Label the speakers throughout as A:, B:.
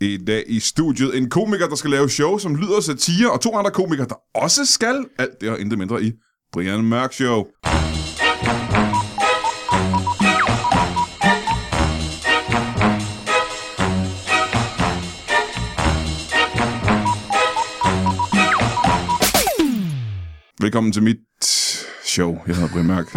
A: I dag i studiet en komiker, der skal lave show, som lyder satire, og to andre komikere, der også skal. Alt det og intet mindre i Brian Mørk Show. Velkommen til mit show. Jeg hedder Brian Mørk.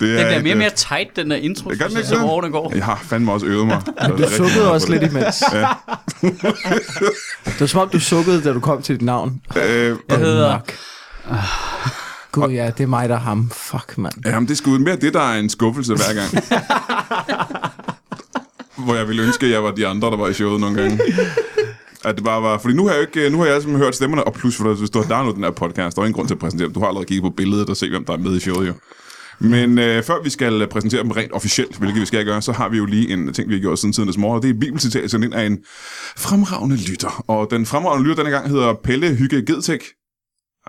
A: Det
B: Den bliver mere og
A: et,
B: mere tight, den der intro,
A: Det gør den
B: synes
C: Altså,
B: jeg,
A: ikke
B: som
A: det?
B: årene går.
A: Jeg har fandme også øvet mig.
C: Du sukkede også lidt imens.
A: Ja.
C: Det var som om, du sukkede, da du kom til dit navn.
A: Øh,
B: Jeg hedder...
A: Ah.
C: Gud ja, det er mig, der er ham. Fuck, mand.
A: jamen, det er sgu mere det, der er en skuffelse hver gang. Hvor jeg ville ønske, at jeg var de andre, der var i showet nogle gange. At det bare var... Fordi nu har jeg jo ikke... øh, Nu har jeg simpelthen hørt stemmerne, og plus, for hvis du har downloadet den her podcast, der er ingen grund til at præsentere dem. Du har allerede kigget på billedet og se, hvem der er med i showet, jo. Men øh, før vi skal præsentere dem rent officielt, hvilket vi skal gøre, så har vi jo lige en ting, vi har gjort siden tidens morgen, og det er bibelcitat sendt ind af en fremragende lytter. Og den fremragende lytter denne gang hedder Pelle Hygge Gedtæk.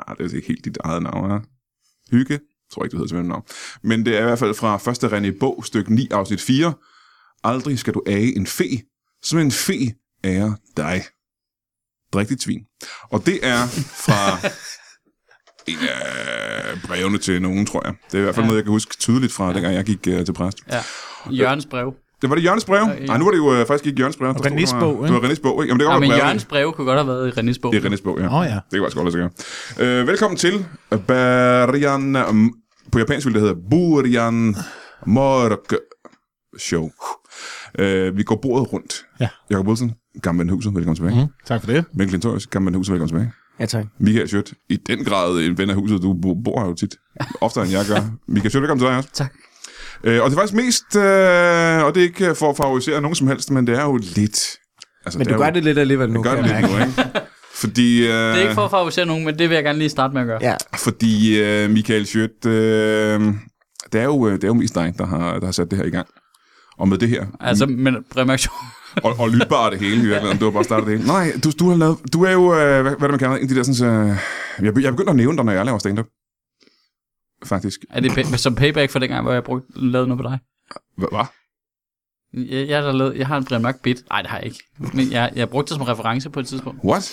A: Ah, det er ikke helt dit eget navn, hva'? Hygge. Jeg tror ikke, det hedder til navn. Men det er i hvert fald fra første René Bog, stykke 9, afsnit 4. Aldrig skal du age en fe, som en fe ærer dig. Drik dit svin. Og det er fra en af brevene til nogen, tror jeg. Det er i hvert fald
B: Ja.
A: noget, jeg kan huske tydeligt fra, dengang jeg gik øh, til præst.
B: Ja. Jørgens brev.
A: Det var det Jørgens brev.
B: ja.
A: Nej, nu var det jo øh, faktisk ikke Jørgens brev. Der stod,
D: Renés
A: det var-
D: bog, ikke?
A: Det var Renés bog, ikke? Jamen, det kan
B: Ja,
A: godt
B: men
A: være brev,
B: Jørgens brev kunne godt have været i Rennes bog.
A: Det er Renés bog, ja.
D: Åh ja.
A: Det kan faktisk godt lade sig gøre. Øh, velkommen til Barian... På japansk vil det hedde Burian Mork Show. Øh, vi går bordet rundt.
D: Ja.
A: Jakob Wilson, gammel huset, velkommen tilbage. Mm.
C: Mhm.
D: Mm, tak for det.
A: Mikkel Lindtorius, gammel huset, velkommen tilbage.
C: Ja, tak.
A: Michael Schødt, i den grad en ven af huset, du bo- bor her jo tit. Oftere end jeg gør. Michael Schødt, velkommen til dig også.
B: Tak.
A: Øh, og det er faktisk mest, øh, og det er ikke for at favorisere nogen som helst, men det er jo lidt... Altså,
C: Men
A: er
C: du gør
A: jo,
C: det lidt alligevel nu.
A: gør det
C: kan jeg
A: lidt nu, ikke? Fordi, øh,
B: Det er ikke for at favorisere nogen, men det vil jeg gerne lige starte med at gøre.
C: mærke. Ja,
A: Fordi øh, Michael Schødt, øh, det, er jo, øh, det er jo mest dig, der har, der har sat det her i gang. Og med det her.
B: Altså, men Bremaktion...
A: Og, og lytbare det hele i virkeligheden. Du har bare startet det hele. Nej, du, du, har lavet, du er jo, øh, hvad, hvad er det, man kalder en af de der sådan... Øh, jeg, be- jeg begynder at nævne dig, når jeg laver stand-up. Faktisk.
B: Er det pa- som payback for dengang, hvor jeg brugte, lavede noget på dig?
A: Hva- Hvad?
B: Jeg, jeg, har, lavet, jeg har en Bremak bit. Nej, det har jeg ikke. Men jeg, jeg brugte det som reference på et tidspunkt.
A: What?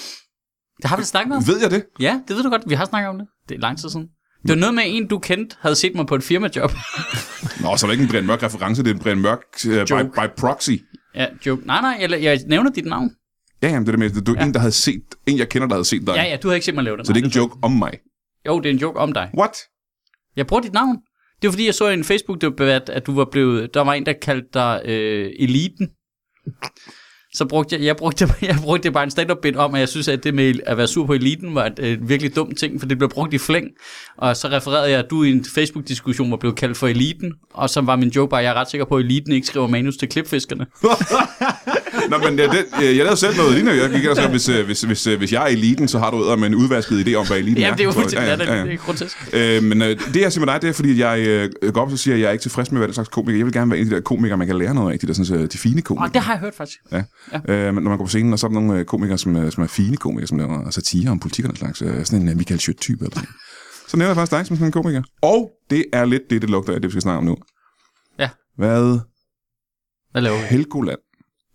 B: Det har vi snakket om.
A: Ved jeg det?
B: Ja, det ved du godt. Vi har snakket om det. Det er lang tid siden. Det var noget med en, du kendte, havde set mig på et firmajob.
A: Nå, så er det ikke en Brian Mørk reference, det er en Brian Mørk øh, by,
B: Joke.
A: by, proxy.
B: ja, joke. Nej, nej, jeg, jeg nævner dit navn.
A: Ja, jamen, det er det med, at du er
B: Ja.
A: en, der havde set, en jeg kender, der havde set dig.
B: Ja, ja, du har ikke set mig lave det.
A: Så det er
B: Nej,
A: ikke en joke om mig.
B: Jo, det er en joke om dig.
A: What?
B: Jeg bruger dit navn. Det var fordi, jeg så i en Facebook-debat, at du var blevet... Der var en, der kaldte dig øh, eliten. Så brugte jeg, jeg, brugte, jeg brugte bare en stand-up bit om, at jeg synes, at det med at være sur på eliten var et, øh, virkelig dumt ting, for det blev brugt i flæng. Og så refererede jeg, at du i en Facebook-diskussion var blevet kaldt for eliten, og så var min joke bare, at jeg er ret sikker på, at eliten ikke skriver manus til klipfiskerne.
A: Nå, men jeg, det, jeg lavede selv noget lignende. Jeg gik ellers og hvis, øh, hvis, hvis, øh, hvis jeg er eliten, så har du æder med en udvasket idé om, hvad eliten
B: Ja, det er jo
A: Så-
B: fuldstændig ja, ja, ja. det er grotesk.
A: Øh, men øh, det, jeg siger med dig, det er, fordi jeg øh, går op og siger, at jeg er ikke tilfreds med, hvad den slags komiker. Jeg vil gerne være en af de der komikere, man kan lære noget af. De, der, sådan, øh, de fine komikere.
B: Og Ah, det har jeg hørt faktisk.
A: Ja. ja. Øh, men når man går på scenen, og så er der nogle øh, komikere, som, øh, som er fine komikere, som laver satire om politik og den slags. Øh, sådan en øh, Michael Schødt-type. Eller sådan. så nævner jeg faktisk dig som sådan en komiker. Og det er lidt det, det lugter af, det vi skal snakke om nu.
B: Ja.
A: Hvad
B: Hvad laver vi?
A: Helgoland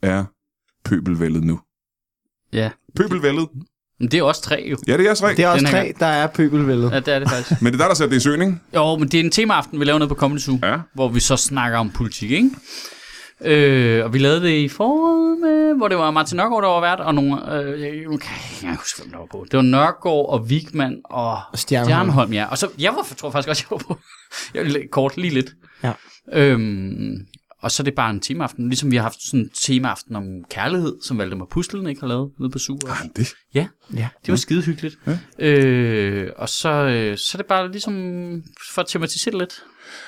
A: er pøbelvældet nu?
B: Ja.
A: Pøbelvældet.
B: Men det er også tre jo.
A: Ja, det er jeres regel.
C: det er også
B: Den Øh, her
C: tre, der er pøbelvældet.
B: Ja, det er det faktisk.
A: Men det er der, der sætter det i søgning.
B: Jo, men det er en temaaften, vi laver noget på Comedy Zoo,
A: Ja.
B: hvor vi så snakker om politik, ikke? Øh, og vi lavede det i foråret, med, hvor det var Martin Nørgaard, der var vært, og nogle... Øh, jeg, jeg kan ikke huske, hvem der var på. Det var Nørgaard og Wigman og
C: Stjernholm.
B: Stjernholm ja. Og så, jeg var, tror faktisk også, jeg var på. Jeg var lidt kort, lige lidt.
C: Ja.
B: Øhm, og så er det bare en temaaften, ligesom vi har haft sådan en temaaften om kærlighed, som Valdemar Puslen ikke har lavet nede på Sur.
A: Ej, det.
B: Ja,
C: Ja.
B: det var skide hyggeligt. Ja. Øh, og så, øh, så er det bare ligesom for at tematisere det lidt, så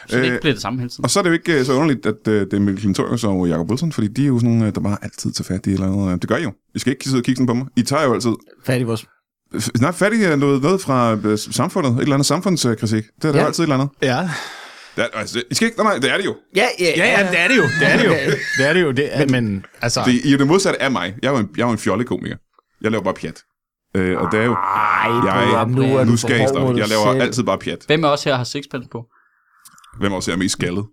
B: øh, det
A: Øh,
B: ikke bliver det samme hele tiden.
A: Og så er det jo ikke øh, så underligt, at øh, det er Mikkel Klintorius og Jacob Wilson, fordi de er jo sådan nogle, øh, der bare altid tager fat i et eller andet. øh, Det gør I jo. I skal ikke sidde og kigge sådan på mig. I tager jo altid
C: Fat i vores...
A: f- snart fat i øh, noget, noget fra øh, samfundet. Et eller andet samfundskritik. Det er der
C: Ja.
A: jo altid et eller andet.
D: Ja.
A: Det er, altså, I skal ikke, nej, nej, det er det jo.
C: Ja,
D: Ja, ja, det er det jo. Det er det jo. Det er det jo. Det er, men altså...
A: Det, I er jo det modsatte af mig. Jeg er jo en, jeg er jo en fjollekomiker. Jeg laver bare pjat. Øh, og det er jo...
C: Brian, nu er
A: jeg,
C: du
A: nu skal
C: for
A: I
C: hård mod
A: stoppe.
C: dig
A: Jeg laver
C: selv.
A: altid bare pjat.
B: Hvem af os her har sixpence på?
A: Hvem også er mest skaldet?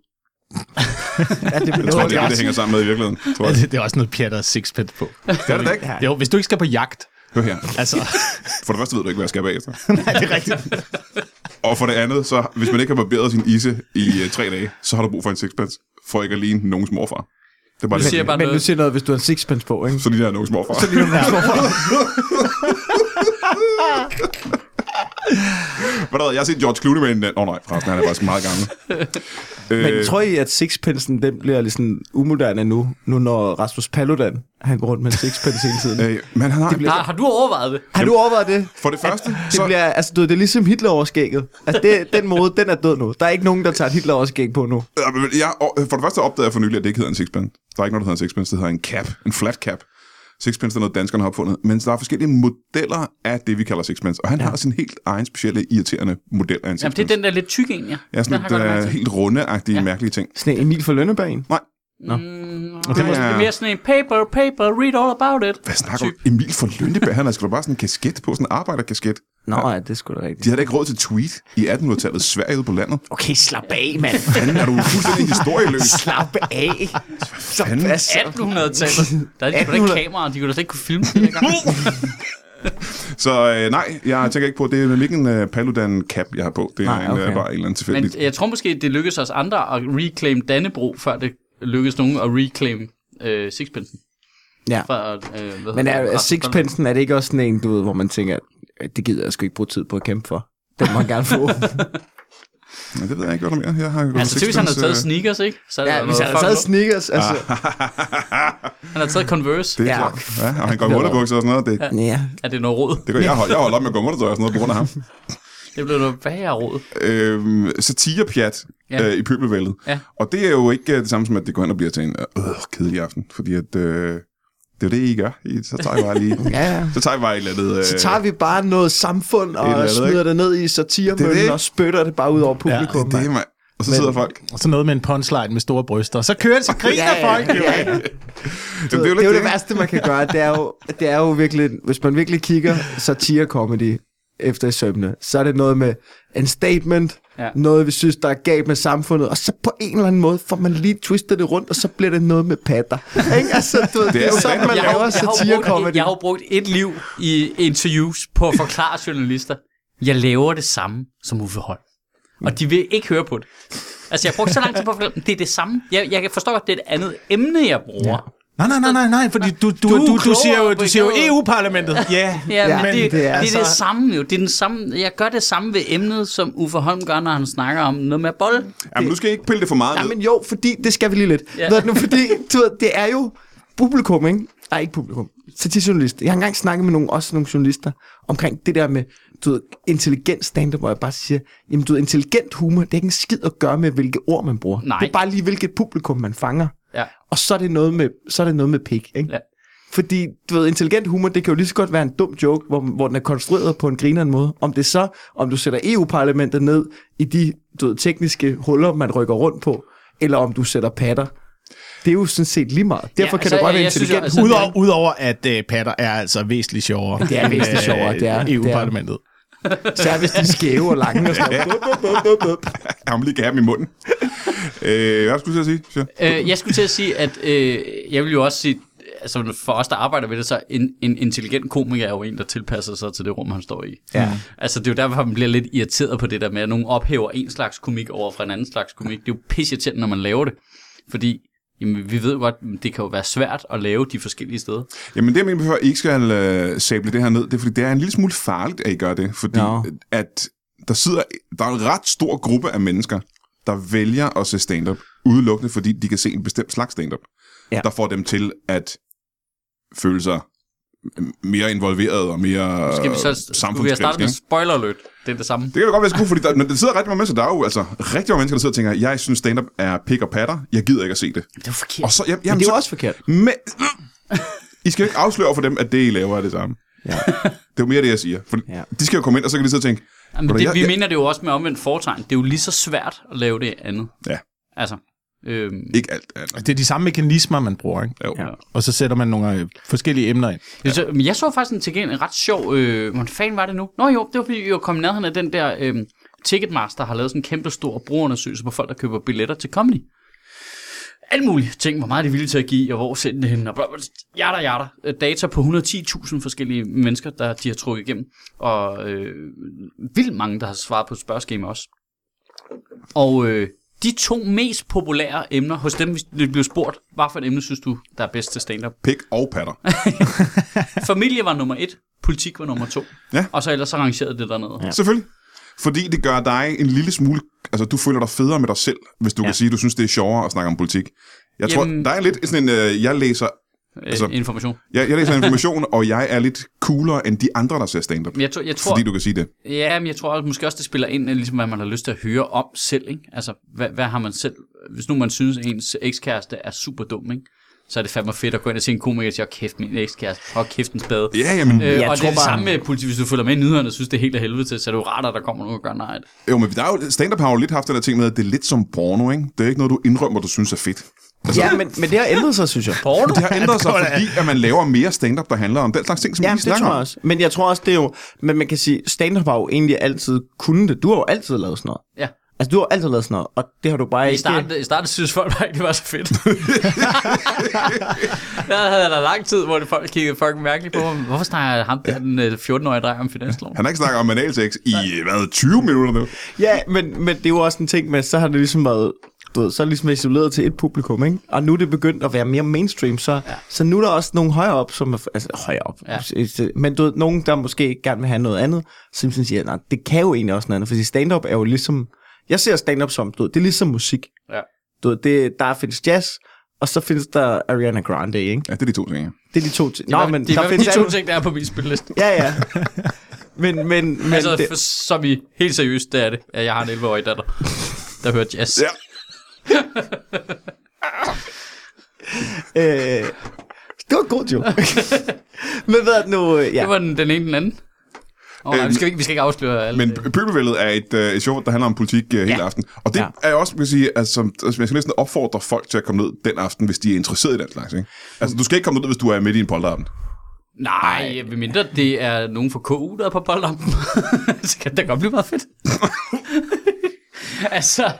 C: Ja, det
A: Jeg tror, det er det,
C: det,
A: det hænger sammen med i virkeligheden. Tror jeg.
D: Altså, det er også noget pjat, der er sixpence på.
A: Det er det da ikke.
D: Jo, hvis du ikke skal på jagt,
A: Hør her.
D: altså,
A: For det første ved du ikke, hvad jeg skal bagefter.
D: nej, det er rigtigt.
A: Og for det andet, så hvis man ikke har barberet sin isse i øh, tre dage, så har du brug for en sixpence, for ikke at ligne nogens morfar. Det er bare
B: Du
A: det.
B: siger bare
C: Men nu
B: noget.
C: siger jeg noget, hvis du har en sixpence på, ikke?
A: Så lige der er nogens morfar. Hvad der, jeg har set George Clooney med en... Åh oh, nej, forresten, han er faktisk meget gammel. Øh,
C: Men tror I, at sixpensen den bliver ligesom umoderne nu, nu når Rasmus Paludan han går rundt med en sixpence hele tiden?
A: Øh, men han har...
C: bliver-
B: Har, har du overvejet det?
C: Har du overvejet det?
A: For det første,
C: Det,
A: så...
C: bliver, altså, du ved, det er ligesom Hitler over skægget. Altså, det, den mode, den er død nu. Der er ikke nogen, der tager et Hitler over skæg på nu.
A: Ja, men Jeg, og, øh, for det første opdagede jeg for nylig, at det ikke hedder en sixpence. Der er ikke noget, der hedder en sixpence. Det hedder en cap. En flat cap. Sixpence er noget, danskerne har opfundet. Men der er forskellige modeller af det, vi kalder sixpence. Og han ja. har sin helt egen specielle, irriterende model af en
B: Jamen,
A: sixpence.
B: det er den der lidt tykke en, ja.
A: Ja, sådan
B: Den har jeg godt
A: et
B: mærke
A: øh,
B: til.
A: helt runde-agtige, ja. mærkelige ting.
C: Sådan en Emil fra Lønnebanen.
A: Nej,
B: Og det,
A: det
B: er
A: er-
B: mere sådan en paper, paper, read all about it.
A: hvad snakker du? Emil fra Lønneberg, han har sgu da bare sådan en kasket på, sådan en arbejderkasket.
C: Nå, ja, det er sgu da
A: De
C: rigtigt.
A: havde da ikke råd til tweet i 1800-tallet, Sverige ude på landet.
C: Okay, slap af, mand.
A: Fanden, er du fuldstændig historieløs?
C: slap af.
A: Fanden.
B: 1800-tallet. Der er de sgu da ikke
C: 1800.
B: kameraer, de kunne da slet ikke kunne filme det dengang.
A: Så øh, nej, jeg tænker ikke på, det er hvilken øh, Paludan-cap, jeg har på. Det er
C: Nej,
A: nej, okay. en,
C: okay.
A: øh, bare en eller anden
B: Men
A: tilfældig.
B: jeg tror måske, det lykkedes os andre at reclaim Dannebro, før det lykkedes nogen at reclaim øh, Sixpence.
C: Ja.
B: Fra, øh, hvad hedder
C: Men er,
B: det?
C: er
B: Fra-
C: sixpensen, er det ikke også sådan en, du ved, hvor man tænker, at det gider jeg sgu ikke bruge tid på at kæmpe for? Den må man gerne få.
A: Men det ved jeg ikke, hvad der mere. Jeg har gået
B: Altså, til hvis han havde
A: sixpence,
B: taget
A: øh,
B: sneakers, ikke? Så
C: ja, hvis jeg havde taget sneakers, altså.
B: han havde taget Converse.
A: øh, Det er
C: Ja.
A: klart. Ja, og han går med underbukser og sådan noget. Det,
C: Ja.
B: Er det noget råd?
A: det gør jeg. Hold, jeg holder op med at gå med undertøj og sådan noget på grund af ham.
B: Det blev noget værre råd.
A: Øhm, satirepjat
B: Ja.
A: ja. øh, i pøbelvældet.
B: Ja.
A: Og det er jo ikke øh, det samme som, at det går hen og bliver til en øh, kedelig aften. Fordi at, øh, det er jo det, I gør. I, så tager I bare lige...
C: Ja, ja.
A: Så tager I bare et eller andet... Øh,
C: Så tager vi bare noget samfund
A: et eller
C: og
A: andet,
C: smider
A: ikke?
C: det ned i
A: Det er
C: satiremøllen
A: det.
C: og spytter det bare ud over publikum.
A: det,
C: Ja,
A: er mig. Og så sidder folk.
D: Og så noget med en punchline med store bryster. Så kører det, så griner
C: Ja, ja,
D: folk jo.
C: ja, ja.
A: Jamen,
C: det, er det,
A: lidt
C: er jo det værste, man kan gøre. Det er jo, det er jo virkelig, hvis man virkelig kigger satire-comedy efter i sømne, så er det noget med en statement,
B: Ja.
C: ja. noget vi synes, der er galt med samfundet, og så på en eller anden måde får man lige twistet det rundt, og så bliver det noget med patter. Ikke? altså, du, det, det er
A: jo
C: jo sådan, man
A: stand-up.
B: Jeg har,
C: laver
B: jeg, har brugt, et-
C: satire-comedy.
B: jeg har jo brugt et liv i interviews på at forklare journalister, jeg laver det samme som Uffe Holm. Og de vil ikke høre på det. Altså, jeg har brugt så lang tid på at forklare, det er det samme. Jeg, jeg kan forstå, at det er et andet emne, jeg bruger.
D: Nej, nej, nej, nej, nej, fordi du, du,
B: Du er
D: du, du,
B: klogere
D: siger jo,
B: på
D: du siger jo E
B: det.
D: EU-parlamentet. Ja,
B: Ja, ja men det, det, er, det, er det
D: så-
B: samme jo. Det er den samme, jeg gør det samme ved emnet, som Uffe Holm gør, når han snakker om noget med bold.
A: Jamen, nu skal I ikke pille det for meget
C: Nej,
A: ned.
C: men jo, fordi, det skal vi lige lidt.
B: Ja.
C: Ja. Ved du, fordi, du ved, det er jo publikum, ikke? Nej, ikke publikum. Satirjournalister. Jeg har engang snakket med nogle, også nogle journalister omkring det der med, du ved, intelligent stand-up, hvor jeg bare siger, jamen du ved, intelligent humor, det er ikke en skid at gøre med, hvilke ord man bruger.
B: Nej.
C: Det er bare lige, hvilket publikum man fanger.
B: Ja.
C: Og så er det noget med, så er det noget med pik, ikke?
B: Ja.
C: Fordi, du ved, intelligent humor, det kan jo lige så godt være en dum joke, hvor, hvor den er konstrueret på en grineren måde. Om det så, om du sætter EU-parlamentet ned i de du ved, tekniske huller, man rykker rundt på, eller om du sætter patter. Det er jo sådan set lige meget. Derfor ja, kan
B: altså,
C: altså, det godt være
B: jeg synes jo,
C: intelligent
B: altså-
C: humor.
D: Udover, udover at øh, patter er altså væsentligt sjovere. øh, E
C: Det er væsentligt sjovere, det er- det er.
D: EU-parlamentet.
C: Særligt hvis de er skæve og lange og sådan noget. Bup, bup, bup, bup, bup.
A: Jeg vil lige kan have dem i munden. øh, hvad skulle jeg til at sige? Sjø?
B: Øh, jeg skulle til at sige, at øh, jeg vil jo også sige, altså for os, der arbejder ved det, så en, en intelligent komiker er jo en, der tilpasser sig til det rum, han står i.
C: Ja.
B: Altså det er jo derfor, man bliver lidt irriteret på det der med, at nogen ophæver en slags komik over fra en anden slags komik. Det er jo pisseirriterende, når man laver det, fordi jamen, vi ved jo godt, det kan jo være svært at lave de forskellige steder.
A: Jamen det, jeg mener, før I ikke skal øh, sable det her ned, det er, fordi det er en lille smule farligt, at I gør det. Fordi
C: Nå.
A: at der sidder der er en ret stor gruppe af mennesker, der vælger at se stand-up, udelukkende fordi de kan se en bestemt slags stand-up,
C: Ja.
A: der får dem til at føle sig mere involveret og mere
B: Skal vi så skulle vi have startet
A: samfundskritiske.
B: med
A: ikke?
B: spoiler alert? Det er det samme.
A: Øh, Det kan da godt være sgu, fordi der, men der sidder rigtig mange mennesker, der er jo altså rigtig mange mennesker, der sidder og tænker, jeg synes stand-up er pik og patter, jeg gider ikke at se det.
B: Det er jo forkert.
A: Og så, jamen,
C: Men
A: jamen,
C: det er
A: så
C: jo også forkert.
A: men, I skal jo ikke afsløre for dem, at det, I laver, er det samme. Ja. Det er jo mere det, jeg siger. For ja.
C: Ja.
A: De skal jo komme ind, og så kan de sidde og tænke...
B: Jamen,
A: "Ved du,
B: det, vi
A: jeg,
B: mener det jo også med omvendt foretegn. Det er jo lige så svært at lave det andet.
A: Ja.
B: Altså, øhm,
A: jeg, ikke alt altså, andet.
D: Og Det er de samme mekanismer, man bruger, ikke?
A: Jo. Ja.
D: Og så sætter man nogle øh, forskellige emner ind.
B: Ja. Så, men jeg så faktisk en, til gengæld en ret sjov... Øh, hvordan fanden var det nu? Nå jo, det var fordi, jeg kom i nærheden af den der... Øh, Ticketmaster har lavet sådan en kæmpe stor brugerundersøgelse på folk, der køber billetter til comedy. alle mulige ting, hvor meget de er villige til at give, og hvor sende det hen, og bla, bla, jatter, jatter. Øh, Data på 110.000 forskellige mennesker, der de har trukket igennem, og øh, vildt mange, der har svaret på et spørgeskema også. Og øh, de to mest populære emner hos dem, hvis de blev spurgt, hvad for et emne synes du, der er bedst til stand-up?
A: Pik og patter.
B: Familie var nummer et, politik var nummer to,
A: Ja.
B: og så ellers så rangerede det dernede. Ja.
A: Selvfølgelig. Fordi det gør dig en lille smule... Altså, du føler dig federe med dig selv, hvis du ja. kan sige, at du synes, det er sjovere at snakke om politik. Jeg tror,
B: Jamen-
A: der er lidt sådan en... Øh, jeg, læser, Altså-
B: Øh, information.
A: jeg, jeg læser information, og jeg er lidt coolere end de andre, der ser stand-up.
B: Men jeg, tror, jeg tror,
A: Fordi du kan sige det.
B: Ja, men jeg tror også, måske også, det spiller ind, at ligesom, hvad man har lyst til at høre om selv. Ikke? Altså, hvad, hvad, har man selv... Hvis nu man synes, at ens ekskæreste er super dum, ikke? så er det fandme fedt at gå ind og se en komiker og sige, åh kæft, min ekskæreste, og kæft, en spade.
A: Ja, jamen...
B: Øh, og det
D: tror
B: er det
D: bare-
B: samme med politik, hvis du følger med i nyhederne og synes, det er helt af helvede til, så er det jo rart, at der kommer nogen og gør nej.
A: Jo, men der er jo, stand-up har jo lidt haft den der ting med, at det er lidt som porno, ikke? Det er ikke noget, du indrømmer, du synes er fedt. Altså,
D: Ja, men, men det har ændret sig, synes jeg.
B: Porno?
A: Det har ændret sig,
D: det går da-
A: fordi at man laver mere stand-up, der handler om den slags ting, som
C: Ja,
A: vi
C: det tror
A: snakker
C: jeg
A: om.
C: også. Men jeg tror også, det er jo... Men man kan sige, stand-up har jo egentlig altid kunnet det. Du har jo altid lavet sådan noget.
B: Ja.
C: Altså, du har altid lavet sådan noget, og det har du bare
B: I
C: ikke...
B: starten, I starten synes folk bare ikke, det var så fedt. der havde jeg da lang tid, hvor det folk kiggede fucking mærkeligt på mig. Hvorfor snakker ham der, den øh, 14-årige dreng om finansloven?
A: Han har ikke snakket om analsex i, hvad, 20 minutter nu?
C: Ja, men, men det er jo også en ting med, så har det ligesom været, du ved, så er det ligesom isoleret til et publikum, ikke? Og nu er det begyndt at være mere mainstream, så, ja. så nu er der også nogle højere op, som er, altså højere op, ja. men du ved, nogen, der måske gerne vil have noget andet, som sådan siger, nej, det kan jo egentlig også noget andet, fordi stand-up er jo ligesom, jeg ser stand-up som, du ved, det er ligesom musik.
B: Ja.
C: Du ved, det, der findes jazz, og så findes der Ariana Grande, ikke?
A: Ja, det er de to ting, ja.
C: Det er de to ting.
B: Det er,
C: Nå,
B: i
C: men
B: hvert
C: der
B: fald
C: findes
B: de to
C: alle...
B: ting, der er på min spilleliste.
C: Ja, ja. Men, men, men,
B: altså,
C: det,
B: det... som i helt seriøst, det er det. at Jeg har en 11-årig datter, der hører jazz.
A: Ja.
C: øh, det var en god joke. men hvad er det nu? øh, Ja.
B: Det var den, den ene den anden. Oh,
C: Øh,
B: nej,
A: Øhm,
B: vi, skal ikke, vi skal ikke afsløre alt.
A: Men P- Pøbelvældet er et, øh, et show, der handler om politik øh, hele ja. aften. Og det ja.
C: Ja.
A: er også, vil jeg sige, altså, som- altså, jeg skal næsten opfordre folk til at komme ned den aften, hvis de er interesseret i den slags. Ikke? Altså, du skal ikke komme ned, hvis du er midt i en polterappen.
B: Nej, medmindre det er nogen fra KU, der er på boldompen. så kan det da godt blive meget fedt. altså,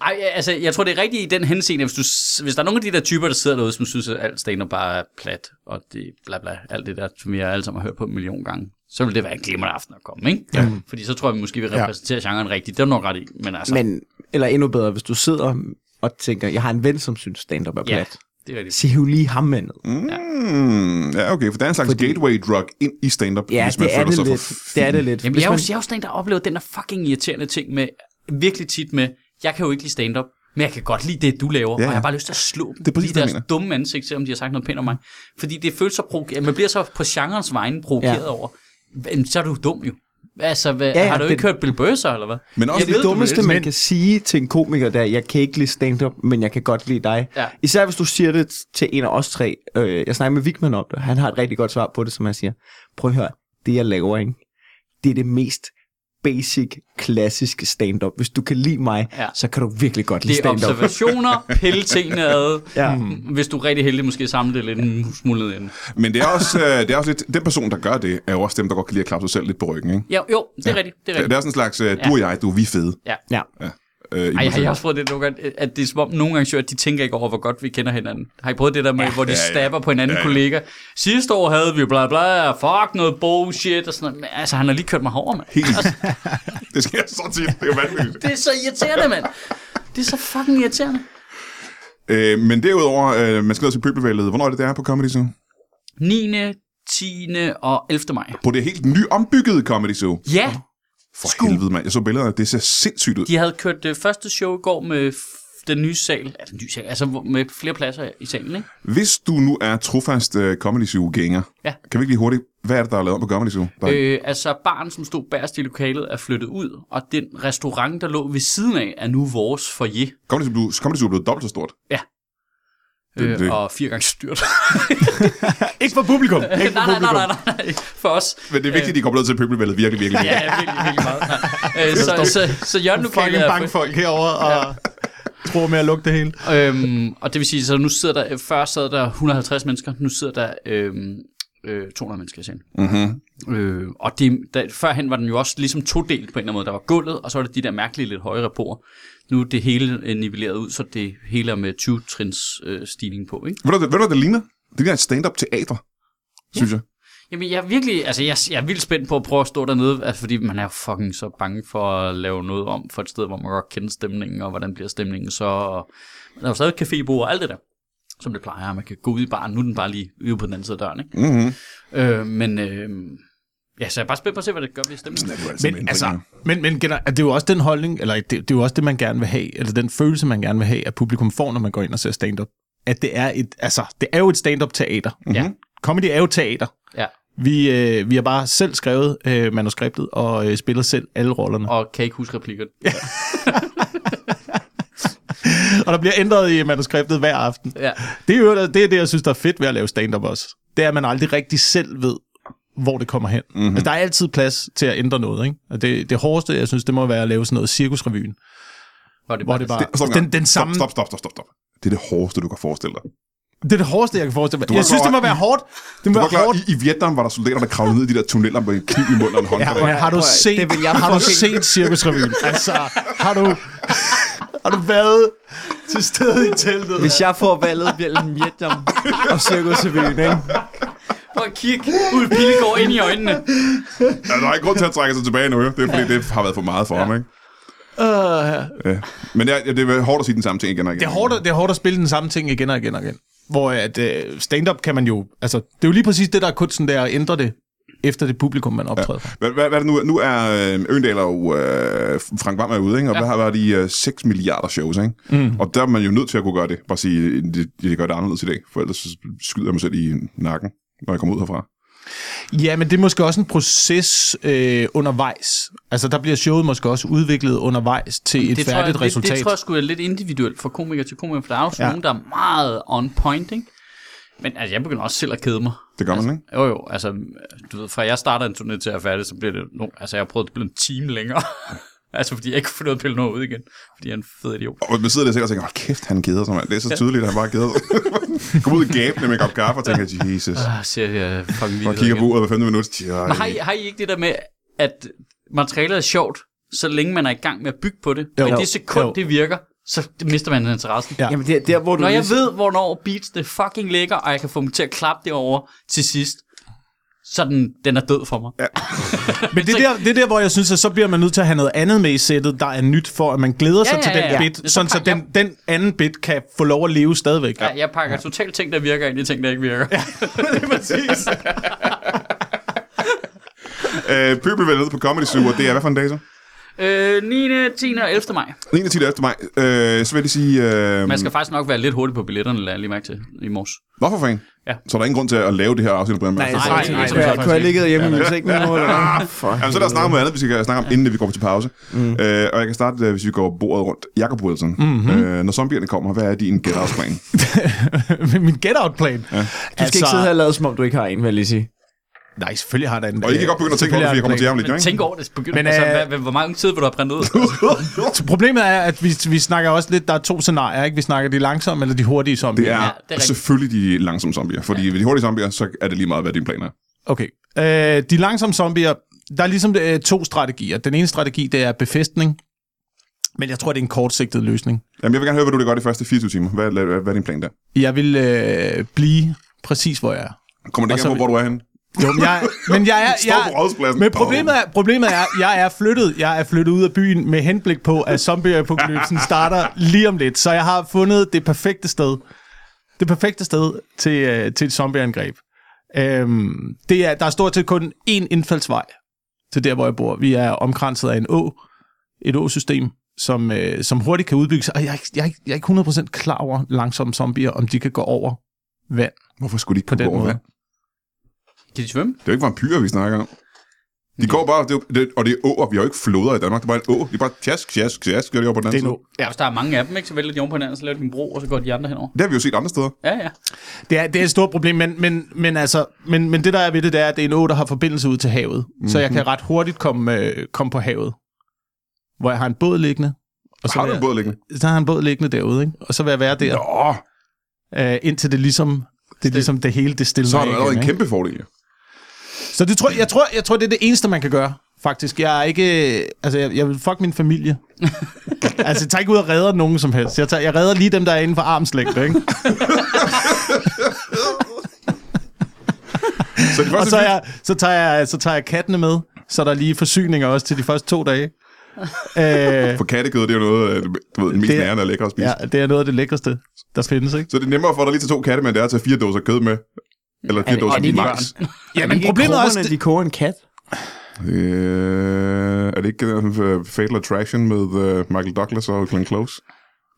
B: ej, altså, jeg tror, det er rigtigt i den henseende, hvis, du, s- hvis der er nogle af de der typer, der sidder derude, som synes, at alt stand bare er plat, og det bla bla, alt det der, som vi alle sammen har hørt på en million gange, så vil det være en glimrende aften at komme, ikke? Ja. Fordi så tror jeg, vi måske vil repræsentere ja. genren rigtigt. Det er du nok ret i, men altså...
C: Men, eller endnu bedre, hvis du sidder og tænker, jeg har en ven, som synes stand-up er
B: ja,
C: plat.
B: det er rigtigt.
C: Se jo lige ham med ned.
A: Mm, ja, okay, for det er en slags Fordi... gateway-drug ind i stand-up,
C: Ja,
A: hvis man
C: det er
A: føler
C: det,
A: sig
C: lidt.
A: for
C: det er det lidt.
B: Jamen,
C: Hvis
B: jeg er jo
C: man,
B: jeg er jo sådan en, der oplever den der fucking irriterende ting med, virkelig tit med, jeg kan jo ikke lide stand-up, men jeg kan godt lide det, du laver, ja,
A: ja.
B: og jeg har bare lyst til at slå dem
A: Det er præcis,
B: i
A: det, jeg
B: deres
A: mener.
B: dumme ansigt, selvom de har sagt noget pænt om mig. Fordi det føles så provokeret, man bliver så på genrens vegne provokeret
C: Ja.
B: ja. over, "Jamen, så er du dum jo. Altså, hvad, ja,
C: Ja,
B: ja,
C: ja,
B: har du
C: det-
B: ikke hørt Bill Burr så, eller hvad?
A: Men også
B: Jeg
A: det
B: ved,
C: det
B: du
C: dummeste,
B: vil.
C: man
D: men-
C: kan sige til en komiker, der, jeg kan ikke lide stand-up, men jeg kan godt lide dig.
B: Ja.
C: Især hvis du siger det til en af os tre. Øh, jeg snakker med Vigman om det. Han har et rigtig godt svar på det, som han siger. Prøv at høre, det jeg laver, ikke? det er det mest basic, klassiske stand-up. Hvis du kan lide mig,
B: Ja.
C: ja. så kan du virkelig godt lide
B: Det er
C: stand-up.
B: observationer, pille tingene ad.
C: Ja.
B: Hvis du er rigtig heldig, måske samle det lidt en smule ind.
A: Men det er også, øh, det er også lidt, den person, der gør det, er jo også dem, der godt kan lide at klappe sig selv lidt på ryggen. Ikke?
B: Ja, jo, det er ja. rigtigt. Det er
A: Det
B: rigtigt.
A: det er sådan en slags, øh, du og jeg, du, vi er fede.
B: Ja.
C: Ja.
A: Ja. Øh, i
B: Ej, jeg har
A: modsætning.
B: jeg også prøvet det nogle gange, at det er som om nogle gange, at de tænker ikke over, hvor godt vi kender hinanden. Har I prøvet det der med, ja, hvor de
A: ja,
B: ja,
A: ja.
B: stabber på en anden ja, ja. kollega? Sidste år havde vi bla bla, fuck noget bullshit og sådan noget. Men, altså, han har lige kørt mig hårdere, mand.
A: Helt vildt. det sker så tit. Det er jo vanvittigt.
B: Det er så irriterende, mand. Det er så fucking irriterende.
A: Øh, men derudover, øh, man skal ned til pøbelvældet. Hvornår er det, det er på Comedy Zoo?
B: 9., 10. og 11. maj.
A: På det helt nye ombyggede Comedy Zoo.
B: Ja,
A: For Sku. helvede, mand. Jeg så billederne. Det ser sindssygt ud.
B: de havde kørt det første show i går med f- den nye sal. Altså, den nye sal, altså hvor- med flere pladser i salen, ikke?
A: Hvis du nu er trofast uh, Comedy Zoo-gænger,
B: Ja.
A: kan vi ikke lige hurtigt... Hvad er det, der er lavet om på Comedy Zoo? Der, øh.
B: Øh, altså, baren, som stod bagerst i lokalet, er flyttet ud, og den restaurant, der lå ved siden af, er nu vores foyer.
A: Comedy, Zoo blev, Comedy Zoo blev dobbelt så stort.
B: Øh,
A: det.
B: og fire gange styrt.
D: Ikke for publikum. Ikke for
B: nej, nej, nej,
D: publikum.
B: nej, nej, nej, for os.
A: Men det er vigtigt, øh. at de kommer ned til pøbelvældet. Virkelig, virkelig, virkelig.
B: Ja, virkelig, virkelig meget. Nej. Øh, så, så, så Jørgen nu
D: Fucking bankfolk herovre og tror med at lukke det hele.
B: øhm, og det vil sige, så nu sidder der, før sad der 150 mennesker, nu sidder der øhm, øh, 200 mennesker i scenen. Mm-hmm. Øh, og det, der, førhen var den jo også ligesom todelt på en eller anden måde. Der var gulvet, og så var det de der mærkelige lidt høje rapporter. Nu er det hele øh, nivelleret ud, så det hele er med 20-trins øh, stigning på. Ikke?
A: Ved du, hvad- ved du, hvad det ligner? Det ligner et stand-up teater, synes jeg.
B: Jamen, jeg er virkelig, altså, jeg, jeg er vildt spændt på at prøve at stå dernede, altså, fordi man er jo fucking så bange for at lave noget om for et sted, hvor man godt kender stemningen, og hvordan bliver stemningen så, og men der er jo stadig cafébord og alt det der, som det plejer, og man kan gå ud i baren, nu er den bare lige ude på den anden side af døren, ikke?
A: Mm-hmm.
B: Øh, men, øh, ja, så jeg er bare spændt på at se, hvad det gør ved
A: Mm-hmm.
B: stemningen.
D: Men, altså, men, men gener- det er jo også den holdning, eller det, det er jo også det, man gerne vil have, eller den følelse, man gerne vil have, at publikum får, når man går ind og ser stand-up. At det er et, altså, det er jo et stand-up-teater.
B: Ja,
D: Comedy er jo teater.
B: ja,
D: Vi, øh, vi har bare selv skrevet øh, manuskriptet og øh, spiller selv alle rollerne. Og,
B: og kan ikke huske replikkerne. Ja.
D: og der bliver ændret i manuskriptet hver aften.
B: ja.
D: Det er jo det, er det, jeg synes, der er fedt ved at lave stand-up også. Det er, at man aldrig rigtig selv ved, hvor det kommer hen. Mm-hmm. Altså, der er altid plads til at ændre noget. Ikke? Og det, det hårdeste, jeg synes, det må være at lave sådan noget cirkusrevyen.
B: Hvor det
D: Hvor det bare,
A: Det- stop en gang.
D: den, den samme,
A: Stop, stop, stop, stop, stop. Det er det hårdeste, du kan forestille dig.
D: det er det hårdeste, jeg kan forestille mig.
A: var
D: Jeg synes, det må
A: klar-
D: være hårdt. Det
A: Du
D: må
A: var
D: være
A: klar,
D: hårdt.
A: i, i Vietnam var der soldater, der kravlede ned i de der tunneller med en kniv i munden og en håndklæde.
D: Ja, har du
C: Prøv at-
D: set,
C: det vil jeg
D: har du
C: fucking-
D: set cirkusrevyen? Altså, har du, har du været til stede i teltet?
C: Hvis jeg får valget mellem Vietnam og Cirkusrevyen, ikke?
B: Prøv at kigge ud Pilgaard ind i øjnene.
A: Ja, der er ikke grund til at trække sig tilbage nu, jo. Det er fordi, det har været for meget for ham, ikke?
D: Uh,
A: Ja. Men det er, ja, det er hårdt at sige den samme ting igen og igen.
D: Det er, hårdt, at- det er hårdt at spille den samme ting igen og igen og igen. Hvor at, øh, stand-up kan man jo... Altså, det er jo lige præcis det, der er kunsten, der er at ændre det efter det publikum, man optræder. Ja.
A: Hvad, hvad, hvad er det nu? Nu er øh, Øndal og øh, Frank Vam er ude, ikke? og ja. der har været de øh, 6 milliarder shows. Ikke? Mm. Og der er man jo nødt til at kunne gøre det. Bare sige, det, jeg gør det anderledes i dag, for ellers så skyder jeg mig selv i nakken, når jeg kommer ud herfra.
D: ja, men det er måske også en proces øh, undervejs. Altså, der bliver showet måske også udviklet undervejs til et
B: det
D: færdigt
B: tror jeg,
D: resultat.
B: Det, det tror jeg sgu er lidt individuelt fra komiker til komiker, for der er jo ja.
D: Ja.
B: nogen, der er meget on point, ikke? Men altså, jeg begynder også selv at kede mig.
A: Det gør man,
B: altså,
A: ikke?
B: Jo, jo. Altså, du ved, fra jeg starter en turné til jeg er færdig, så bliver det... No, altså, jeg har prøvet, at det blev en time længere. altså, fordi jeg ikke kunne få noget at pille noget ud igen. Fordi jeg er en fed idiot.
A: Og man sidder der selv og tænker, hold kæft, han geder sig, mand. Det er så tydeligt, at han bare geder sig. Kom ud og gabende med en kop kaffe og tænker, Jesus.
B: Ah, siger jeg fucking
A: Og
B: videre
A: kigger på
B: igen.
A: uret hver femte minut. Ja,
B: Men har I, har I ikke det der med, at materialet er sjovt, så længe man er i gang med at bygge på det?
D: Jo.
B: Jo, Men
D: Jo.
B: det sekund,
D: Jo.
B: det virker, så mister man interessen.
D: Ja.
C: Jamen, det er der, hvor du...
B: Når jeg
C: lige-
B: ved, hvornår beatsene fucking ligger, og jeg kan få dem til at klappe det over til sidst, så den, den er død for mig. Ja.
D: Men det er, der, det er der, hvor jeg synes, at så bliver man nødt til at have noget andet med i sættet, der er nyt for, at man glæder sig
B: ja,
D: til den
B: ja, ja.
D: bit,
B: Så
D: sådan så
B: pakker-
D: den, den anden bit kan få lov at leve stadigvæk.
B: Jeg, jeg pakker ja. totalt ting, der virker, ind i ting, der ikke virker. Ja.
D: præcis.
A: Øh, Pøbel var nede på Comedy Zoo, og det er hvad for en dag så?
B: Øh, 9., 10. og 11. maj.
A: 21. efter maj. Øh, så vil jeg lige sige... Øh,
B: Man skal faktisk nok være lidt hurtig på billetterne, lader jeg lige mærke til i morges.
A: Nå for fanden.
B: Ja.
A: Så er der ingen grund til at lave det her afsnit, Brian. Mørk.
C: Nej, nej,
B: nej,
C: nej,
B: nej,
C: nej,
B: nej,
C: nej,
B: nej.
C: Kunne jeg ligget hjemme i min seng nu? Eller? hvad? For
A: Jamen, så er der snart noget andet, vi skal snakke om, inden vi går til pause. Mm. Øh, og jeg kan starte, øh, hvis vi går bordet rundt. Jakob Wilson, mm-hmm. øh, når zombierne kommer, hvad er din get out plan?
D: Min get-out-plan. Ja. Du skal
C: Du skal ikke sidde her og lade som om, du ikke har en, vil jeg lige sige.
D: Nej, selvfølgelig har der en...
A: Og I kan godt begynde at tænke på det,
D: Selvfølgelig
A: fordi jeg kommer til
D: har
A: jer om lidt, jo,
B: Men
A: ikke?
B: tænk over det. Begynd, Men,
D: Men,
B: altså,
D: øh,
B: hvad, hvad, hvor mange tid vil du have printet ud? Altså,
D: Så Problemet er, at vi, vi snakker også lidt, der er to scenarier, ikke? Vi snakker de langsomme eller de hurtige zombier.
A: Det er, ja,
B: Ja, det er
A: det
B: rigtigt.
A: er selvfølgelig de langsomme zombier, fordi ja. ved de hurtige zombier, så er det lige meget, hvad din plan er.
D: Okay. Øh, de langsomme zombier, der er ligesom øh, to strategier. Den ene strategi, det er befæstning. Men jeg tror, det er en kortsigtet løsning.
A: Jamen, jeg vil gerne høre, hvad du gør de første 24 timer. Hvad, hvad, hvad er din plan der?
D: Jeg vil øh, blive præcis, hvor jeg er.
A: Kommer det
D: Og
A: ikke
D: så
A: an på,
D: vil-
A: hvor du er henne?
D: Jo, men jeg, men jeg er...
A: Står på
D: Jeg,
A: rådspladsen.
D: men problemet er, problemet er, jeg er flyttet. Jeg er flyttet ud af byen med henblik på, at zombieapokalypsen starter lige om lidt. Så jeg har fundet det perfekte sted. Det perfekte sted til, øh, til et zombieangreb. Øhm, det er, der er stort set kun én indfaldsvej til der, hvor jeg bor. Vi er omkranset af en å, et åsystem, som, øh, som hurtigt kan udbygge sig. Og jeg, er ikke- jeg, er ikke- jeg er ikke 100% klar over langsomme zombier, om de kan gå over vand
A: Hvorfor skulle de ikke
D: på
A: kunne gå
D: den
A: over
D: måde.
A: vand?
B: kan de svømme?
A: Det er jo ikke vampyrer, vi snakker om. De går bare, det er, jo- det, og det er åer. Vi har jo ikke floder i Danmark. Det er bare en å. De er bare tjask, tjask, tjask, gør det over på den
D: Det er
A: anden
D: en
A: side.
D: å.
B: Ja. Hvis der er mange af dem, ikke, så vælger de oven på hinanden, så laver de en bro, og så går de andre henover.
A: Det har vi jo set andre steder.
B: Ja, ja.
D: Det er, det er et stort problem, men, men, men, altså, men, men det der er ved det, det er, at det er en å, der har forbindelse ud til havet. Mm-hmm. Så
A: Mhm.
D: jeg kan ret hurtigt komme, øh, komme på havet, hvor jeg har en båd liggende. Og så,
A: Har
D: vil
A: du en båd liggende?
D: Jeg, så har jeg en båd liggende derude, ikke? og så vil jeg være der,
A: Åh,
D: øh, indtil det ligesom Det er ligesom det hele, det stiller
A: Så har
D: af
A: du allerede en
D: igen, ikke?
A: kæmpe fordel, jo.
D: Så det tror, jeg, tror, jeg tror, det er det eneste, man kan gøre, faktisk. Jeg er ikke... Altså, jeg, jeg vil fuck min familie. altså, jeg tager ikke ud og redder nogen som helst. Jeg, tager, jeg redder lige dem, der er inden for armslængde, ikke?
A: Så det
D: Og
A: første,
D: så, er jeg, så, tager jeg, så tager jeg kattene med, så der er lige forsyninger også til de første to dage. Æh,
A: for kattekød, det er jo noget, af det- du ved, den mest
D: Det er-
A: nærende og lækre at spise.
D: ja, det er noget af det lækkerste, der findes, ikke?
A: Så det er nemmere for dig lige til to katte, men det er at tage fire dåser kød med. Eller fire
B: det-
A: dåser
B: og det er
A: max.
C: Ja,
D: men problemet er også,
C: at
D: det-
C: de koger en kat.
A: Øh, er det ikke uh, Fatal Attraction med uh, Michael Douglas og Glenn Close?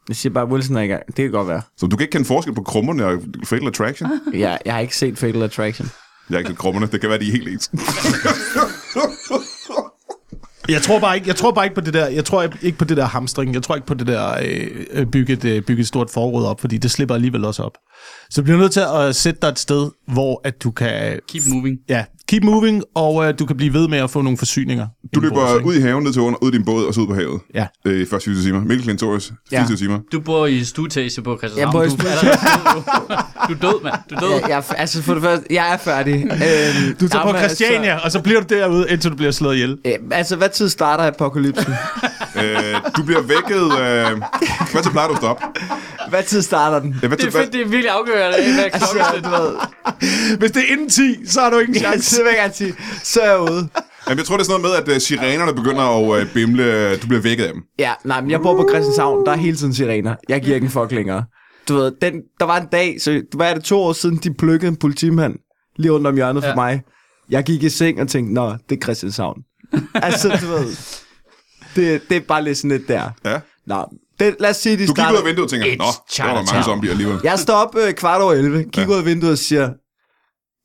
C: Jeg siger bare, Wilson er i gang. Det kan godt være.
A: Så du kan ikke kende forskel på krummerne og Fatal Attraction?
C: Jeg, jeg har ikke set Fatal Attraction.
A: Jeg har ikke set krummerne. Det kan være, de er helt ens.
D: Jeg tror bare ikke, jeg tror bare ikke på det der, jeg tror ikke på det der hamstring. Jeg tror ikke på det der øh, øh, bygge, et, øh, bygge et stort forråd op, fordi det slipper alligevel også op. Så du bliver nødt til at sætte dig et sted, hvor at du kan
B: Keep moving.
D: ja, keep moving og øh, du kan blive ved med at få nogle forsyninger.
A: Du
D: indenfor
A: løber
D: også, ikke?
A: ud i haven, ned til under, ud i din båd og så ud på havet.
D: Ja.
A: Øh, først 24 timer. Mikkel Klintorius, 24 ja. timer.
B: Du bor i stuetage på Christianshavn.
C: Jeg bor i
B: Du-
C: stueetage.
B: er Du, du er død, mand. Du er død.
C: Jeg, jeg, altså for det første, jeg er færdig. Øhm,
D: Du tager
C: jamen,
D: på Christiania, og så bliver du derude, indtil du bliver slået ihjel.
C: Altså, øh, altså, hvad tid starter apokalypsen?
A: Øh, du bliver vækket... Øh, hvad så plejer du at stå op?
C: Hvad tid starter den?
A: Ja, hvad
B: Det
A: til,
B: er
A: hvad,
B: fedt, det er virkelig afgørende, hvad
C: Altså,
B: klokken
C: du ved,
D: Hvis det er inden 10, så har du ikke en
C: jeg
D: chance.
C: sidder væk altid, så er jeg ude.
A: jamen, jeg tror, det er sådan noget med, at øh, sirenerne begynder at øh, bimle. øh, Du bliver vækket af dem.
C: Ja, nej, men jeg bor på Christianshavn, der er hele tiden sirener. Jeg giver ikke en fuck længere. Du ved, den, der var en dag, så hvad er det to år siden, de plukkede en politimand lige rundt om hjørnet ja.
B: Ja.
C: for mig. Jeg gik i seng og tænkte, nå, det er Christianshavn. altså, du ved, det, det er bare lidt sådan lidt der.
A: Ja.
C: Nå, det, lad os sige, de
A: Du kigger
C: starter...
A: ud af vinduet og tænker, nå, der var der mange
B: Chinatown."
A: zombier alligevel.
C: Jeg står op øh, kvart over 11, kigger ja. ud af vinduet og siger,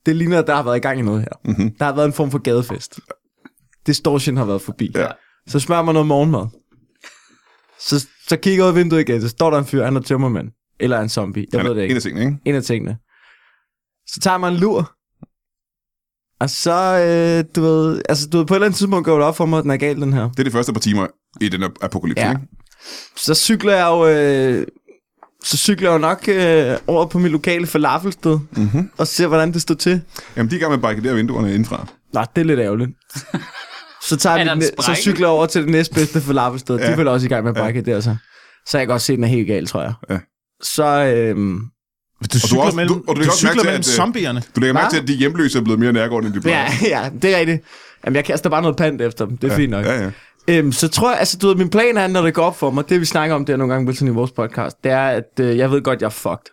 C: det ligner, at der har været i gang i noget her.
A: Mhm.
C: Mm-hmm. Der har været en form for gadefest. Distortion har været forbi.
A: Ja.
C: Så smører man noget morgenmad. Så, så kigger jeg ud af vinduet igen, så står der en fyr, han er tømmermand. Eller en zombie, jeg
A: Han
C: ved
A: er
C: det
A: En
C: ikke.
A: af tingene, ikke?
C: En af tingene. Så tager man en lur. Og så, øh, du ved, altså du ved, på et eller andet tidspunkt går det op for mig, at den er gal, den her.
A: Det er de første par timer i den her apokalypse,
C: Ja.
A: ikke?
C: så cykler jeg jo, øh, så cykler jeg jo nok øh, over på mit lokale falafelsted, mm-hmm. og ser, hvordan det står til.
A: Jamen, de er i gang med at barrikadere vinduerne indfra.
C: Nej, det er lidt ærgerligt. Så, tager
B: Er
C: jeg
B: der
C: mit,
B: en
C: næ- så
B: sprække?
C: cykler jeg over til det næstbedste falafelsted. Ja. De
A: Ja.
C: er vel også i gang med at
A: Ja.
C: brække der, så. Så jeg kan godt se, at den er helt gal, tror jeg.
A: Ja.
C: Så, øh,
D: Du
A: cykler
D: cykler
A: også-
D: mellem,
A: du- og du lægger også mærke
D: cykler
A: til, at,
D: mellem
A: øh,
D: zombierne.
A: Du lægger mærke
C: Hva?
A: til, at de hjemløse er blevet mere nærgående, end de plejer.
C: ja, ja, det er rigtigt. Jamen, jeg kaster bare noget pant efter dem. Det er ja. fint nok.
A: Ja, ja.
C: Øhm, så tror jeg, altså du ved, min plan er, når det går op for mig, det vi snakker om der nogle gange Wilson, i vores podcast, det er, at øh, jeg ved godt, jeg er fucked.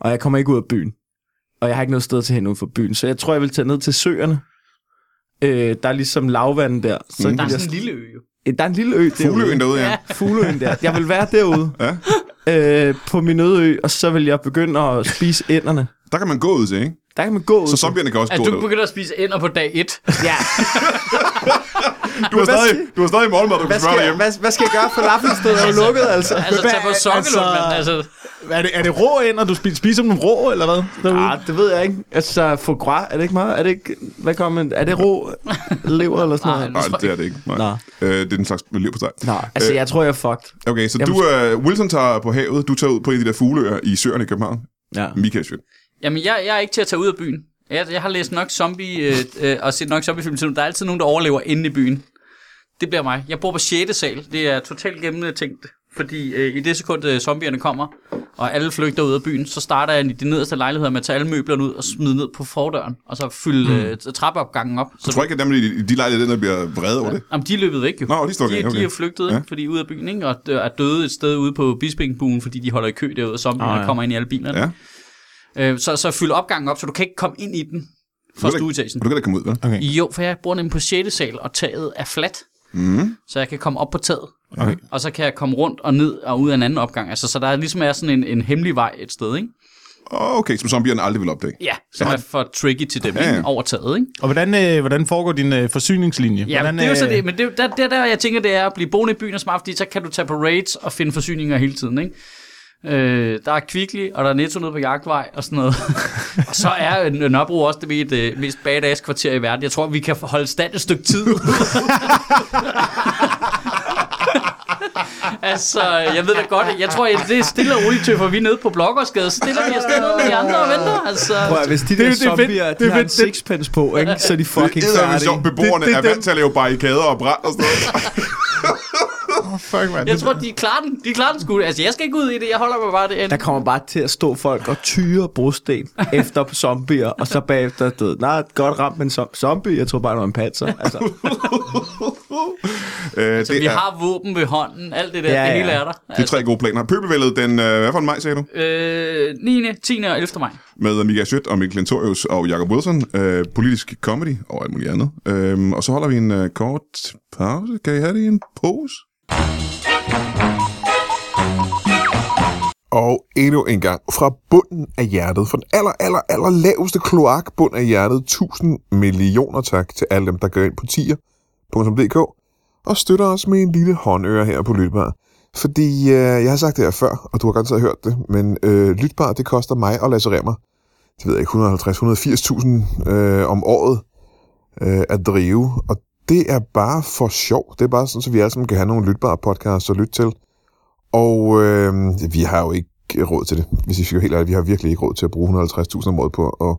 C: Og jeg kommer ikke ud af byen. Og jeg har ikke noget sted til hen uden for byen. Så jeg tror, jeg vil tage ned til søerne. Øh, der er ligesom lavvand der. Så
A: Mm.
C: mm.
B: Der
C: der,
B: er sådan en lille ø, jo.
C: der er en lille ø derude.
A: Fugleøen derude, ja.
B: Ja.
C: Fugleøen der. Jeg vil være derude
A: ja.
C: øh, på min øde ø, og så vil jeg begynde at spise ænderne.
A: Der kan man gå ud til, ikke?
C: Der kan man gå ud.
A: Så
C: til.
A: zombierne kan også
B: At
A: gå
B: du
A: derud.
B: begynder at spise ender på dag 1.
C: Ja.
A: Du har
C: hvad
A: stadig,
C: skal-
A: du har stadig morgenmad, du
C: Hvad
A: kan
C: skal,
A: smøre
C: jeg,
A: hjem.
C: hvad, hvad skal jeg gøre? Falafelstedet er jo lukket, altså.
B: Altså, tag på sokkelund,
D: altså-
B: mand. Altså,
D: Er det, er det rå ind, og du spiser, spiser dem rå, eller hvad? Derude?
C: Ah, det ved jeg ikke. Altså, foie gras, er det ikke meget? Er det ikke, hvad kommer man, er det rå lever eller sådan noget?
B: Nej.
A: Nej, det er det ikke. Nej.
C: Nå.
A: Øh, det er den slags liv på dig.
C: Nej, altså jeg tror, jeg er fucked.
A: Okay, så
C: Jeg
A: du, uh, Wilson tager på havet, du tager ud på en af de der fugleøer i Søerne i København.
C: Ja.
A: Michael Schøn.
B: jamen, jeg, jeg er ikke til at tage ud af byen. Jeg, jeg har læst nok zombie øh, øh, og set nok zombiefilm til, nu. der er altid nogen, der overlever inde i byen. Det bliver mig. Jeg bor på 6. sal. Det er totalt gennemtænkt. Fordi øh, i det sekund, øh, zombierne kommer, og alle flygter ud af byen, så starter jeg i de nederste lejligheder med at tage alle møblerne ud og smide ned på fordøren, og så fylde øh, t- trappeopgangen op.
A: Jeg
B: Så
A: tror ikke, at dem, i de lejligheder, der bliver vrede over det.
B: Jamen, de er løbet væk jo.
A: Nå, de står
B: de,
A: okay, okay.
B: de er flygtet,
A: Ja.
B: ja. fordi ud af byen, ikke? og dø- er døde et sted ude på Bispingbuen, fordi de holder i kø derude, og zombierne
C: Ah,
B: ah,
C: ja.
B: ja. kommer ind i alle bilerne.
A: Ja.
B: Øh, så, så fyld opgangen op, så du kan ikke komme ind i den
A: Du
B: fra
A: kan da-
B: stueetagen.
A: Du kan da komme ud, vel?
D: Okay.
B: Jo, for jeg bor nemlig på 6. sal, og taget er fladt, mm. så jeg kan komme op på taget.
D: Okay.
B: Og så kan jeg komme rundt og ned og ud af en anden opgang. Altså, så der er ligesom er sådan en, en hemmelig vej et sted, ikke?
A: Åh, Okay, som zombierne aldrig vil opdage.
B: Ja, som ja. er for tricky til dem,
A: Ja,
B: ja,
A: ja.
B: ja. over taget, ikke?
D: Og hvordan, øh, hvordan foregår din øh, forsyningslinje?
B: Ja,
D: hvordan,
B: men det er jo så
D: øh,
B: det, men det, er jo- der, der, der, jeg tænker, det er at blive boende i byen og smart, fordi så kan du tage på raids og finde forsyninger hele tiden, ikke? Øh, der er Kvickly, og der er Netto nede på Jagtvej og sådan noget. og så er øh, Nørrebro også det ved, øh, mest badass kvarter i verden. Jeg tror, vi kan holde stand et stykke tid. altså, jeg ved da godt, jeg tror, at det er stille og roligt tøffer vi nede på Blokkersgade, så stiller vi os ned med de andre og venter. Altså,
E: Prøv at, hvis de
D: det
E: der
D: er fedt.
E: zombier,
D: Det
E: de
D: er
E: har en
D: fedt. Det-
E: sixpence på, ikke? så er de
A: Det
E: fucking
A: er eddermame sjovt,
E: færdige.
A: beboerne
D: Det- det-
A: er vant til at lave barrikader og brand og sådan noget.
D: Fuck, man.
B: jeg tror, de klarer den. De klarer den sgu. Altså, jeg skal ikke ud i det. Jeg holder mig bare det
E: Der kommer bare til at stå folk og tyre brosten efter zombier, og så bagefter død. Nej, godt ramt med en som- zombie, jeg tror bare, det var en panser. Altså,
A: Øh, det,
B: Altså, Vi
A: er,
B: har altså- våben ved hånden. Alt det der.
E: Ja,
B: Ja, ja.
E: ja.
B: Det hele er der.
A: det er tre gode planer. Pøbevældet den, øh, hvad for en maj sagde du?
B: Øh, 9., 10. og 11. maj.
A: Med Mika Schødt og Mikkel Klintorius og Jacob Wilson. Øh, politisk comedy og alt muligt andet. Øh, og så holder vi en øh, kort pause. Kan I have det i en pose?
F: Og endnu en gang fra bunden af hjertet, fra den aller, aller, aller laveste kloakbund af hjertet, tusind millioner tak til alle dem, der går ind på tier.dk og støtter os med en lille håndøre her på Lytbar. Fordi øh, jeg har sagt det her før, og du har garanteret hørt det, men øh, Lytbar, det koster mig og Lasse Remmer, det ved jeg ikke, 150-180.000 øh, om året øh, at drive. Og det er bare for sjov. Det er bare sådan, så vi alle sammen kan have nogle lytbare podcasts at lytte til. Og øh, vi har jo ikke råd til det, hvis I skal være helt ærligt. Vi har virkelig ikke råd til at bruge 150.000 om året på at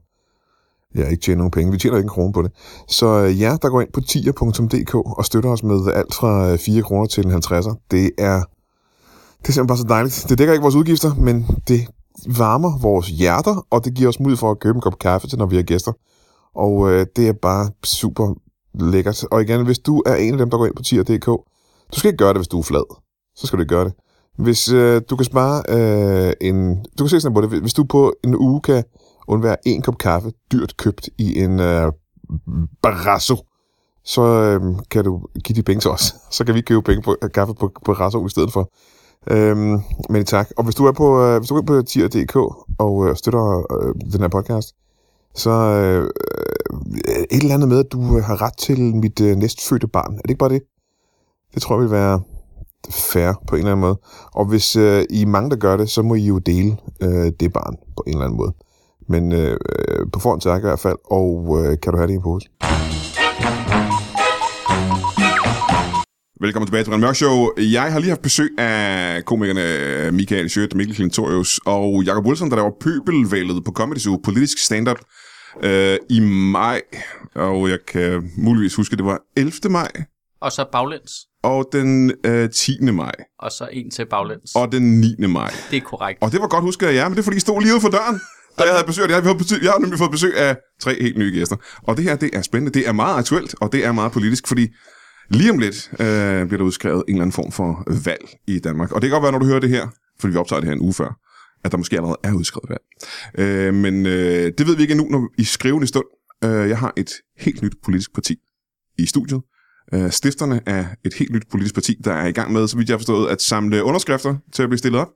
F: ja, ikke tjene nogen penge. Vi tjener ikke en krone på det. Så øh, jer, der går ind på tier.dk og støtter os med alt fra øh, 4 kroner til en 50'er, det er, det er simpelthen bare så dejligt. Det dækker ikke vores udgifter, men det varmer vores hjerter, og det giver os mulighed for at købe en kop kaffe til, når vi har gæster. Og øh, det er bare super lækkert. Og igen, hvis du er en af dem, der går ind på tier.dk, du skal ikke gøre det, hvis du er flad. Så skal du ikke gøre det. Hvis øh, du kan spare øh, en... Du kan se sådan på det. Hvis du på en uge kan undvære en kop kaffe, dyrt købt i en øh, barrasso, så øh, kan du give de penge til os. Så kan vi købe penge på, kaffe på barrasso i stedet for. Øhm, men tak. Og hvis du er på, øh, hvis du er på tier.dk og øh, støtter øh, den her podcast, så øh, øh, et eller andet med, at du øh, har ret til mit øh, næstfødte barn. Er det ikke bare det? Det tror jeg vil være fair på en eller anden måde. Og hvis øh, I er mange, der gør det, så må I jo dele øh, det barn på en eller anden måde. Men øh, øh, på forhånd tak i hvert fald, og øh, kan du have det i en pose?
A: Velkommen tilbage til Brian Mørk Show. Jeg har lige haft besøg af komikerne Michael Schødt, Mikkel Klintorius og Jacob Wilson, der laver pøbelvældet på Comedy Zoo, politisk stand-up øh, i maj. Og jeg kan muligvis huske, det var 11. maj
B: Og så baglæns.
A: og den øh, 10. maj
B: Og så en til baglæns.
A: og den 9. maj.
B: Det er korrekt.
A: Og det var godt husket af jer, men det er fordi, I stod lige ude for døren, da jeg havde besøg af jer. Vi har besøg- Jeg har nemlig fået besøg af tre helt nye gæster. Og det her, det er spændende. Det er meget aktuelt, og det er meget politisk, fordi lige om lidt øh, bliver der udskrevet en eller anden form for valg i Danmark. Og det kan godt være, når du hører det her, fordi vi optager det her en uge før, at der måske allerede er udskrevet valg. Øh, men øh, det ved vi ikke endnu, når i skrivende stund. Øh, jeg har et helt nyt politisk parti i studiet. Øh, stifterne af et helt nyt politisk parti, der er i gang med, så vidt jeg har forstået, at samle underskrifter til at blive stillet op.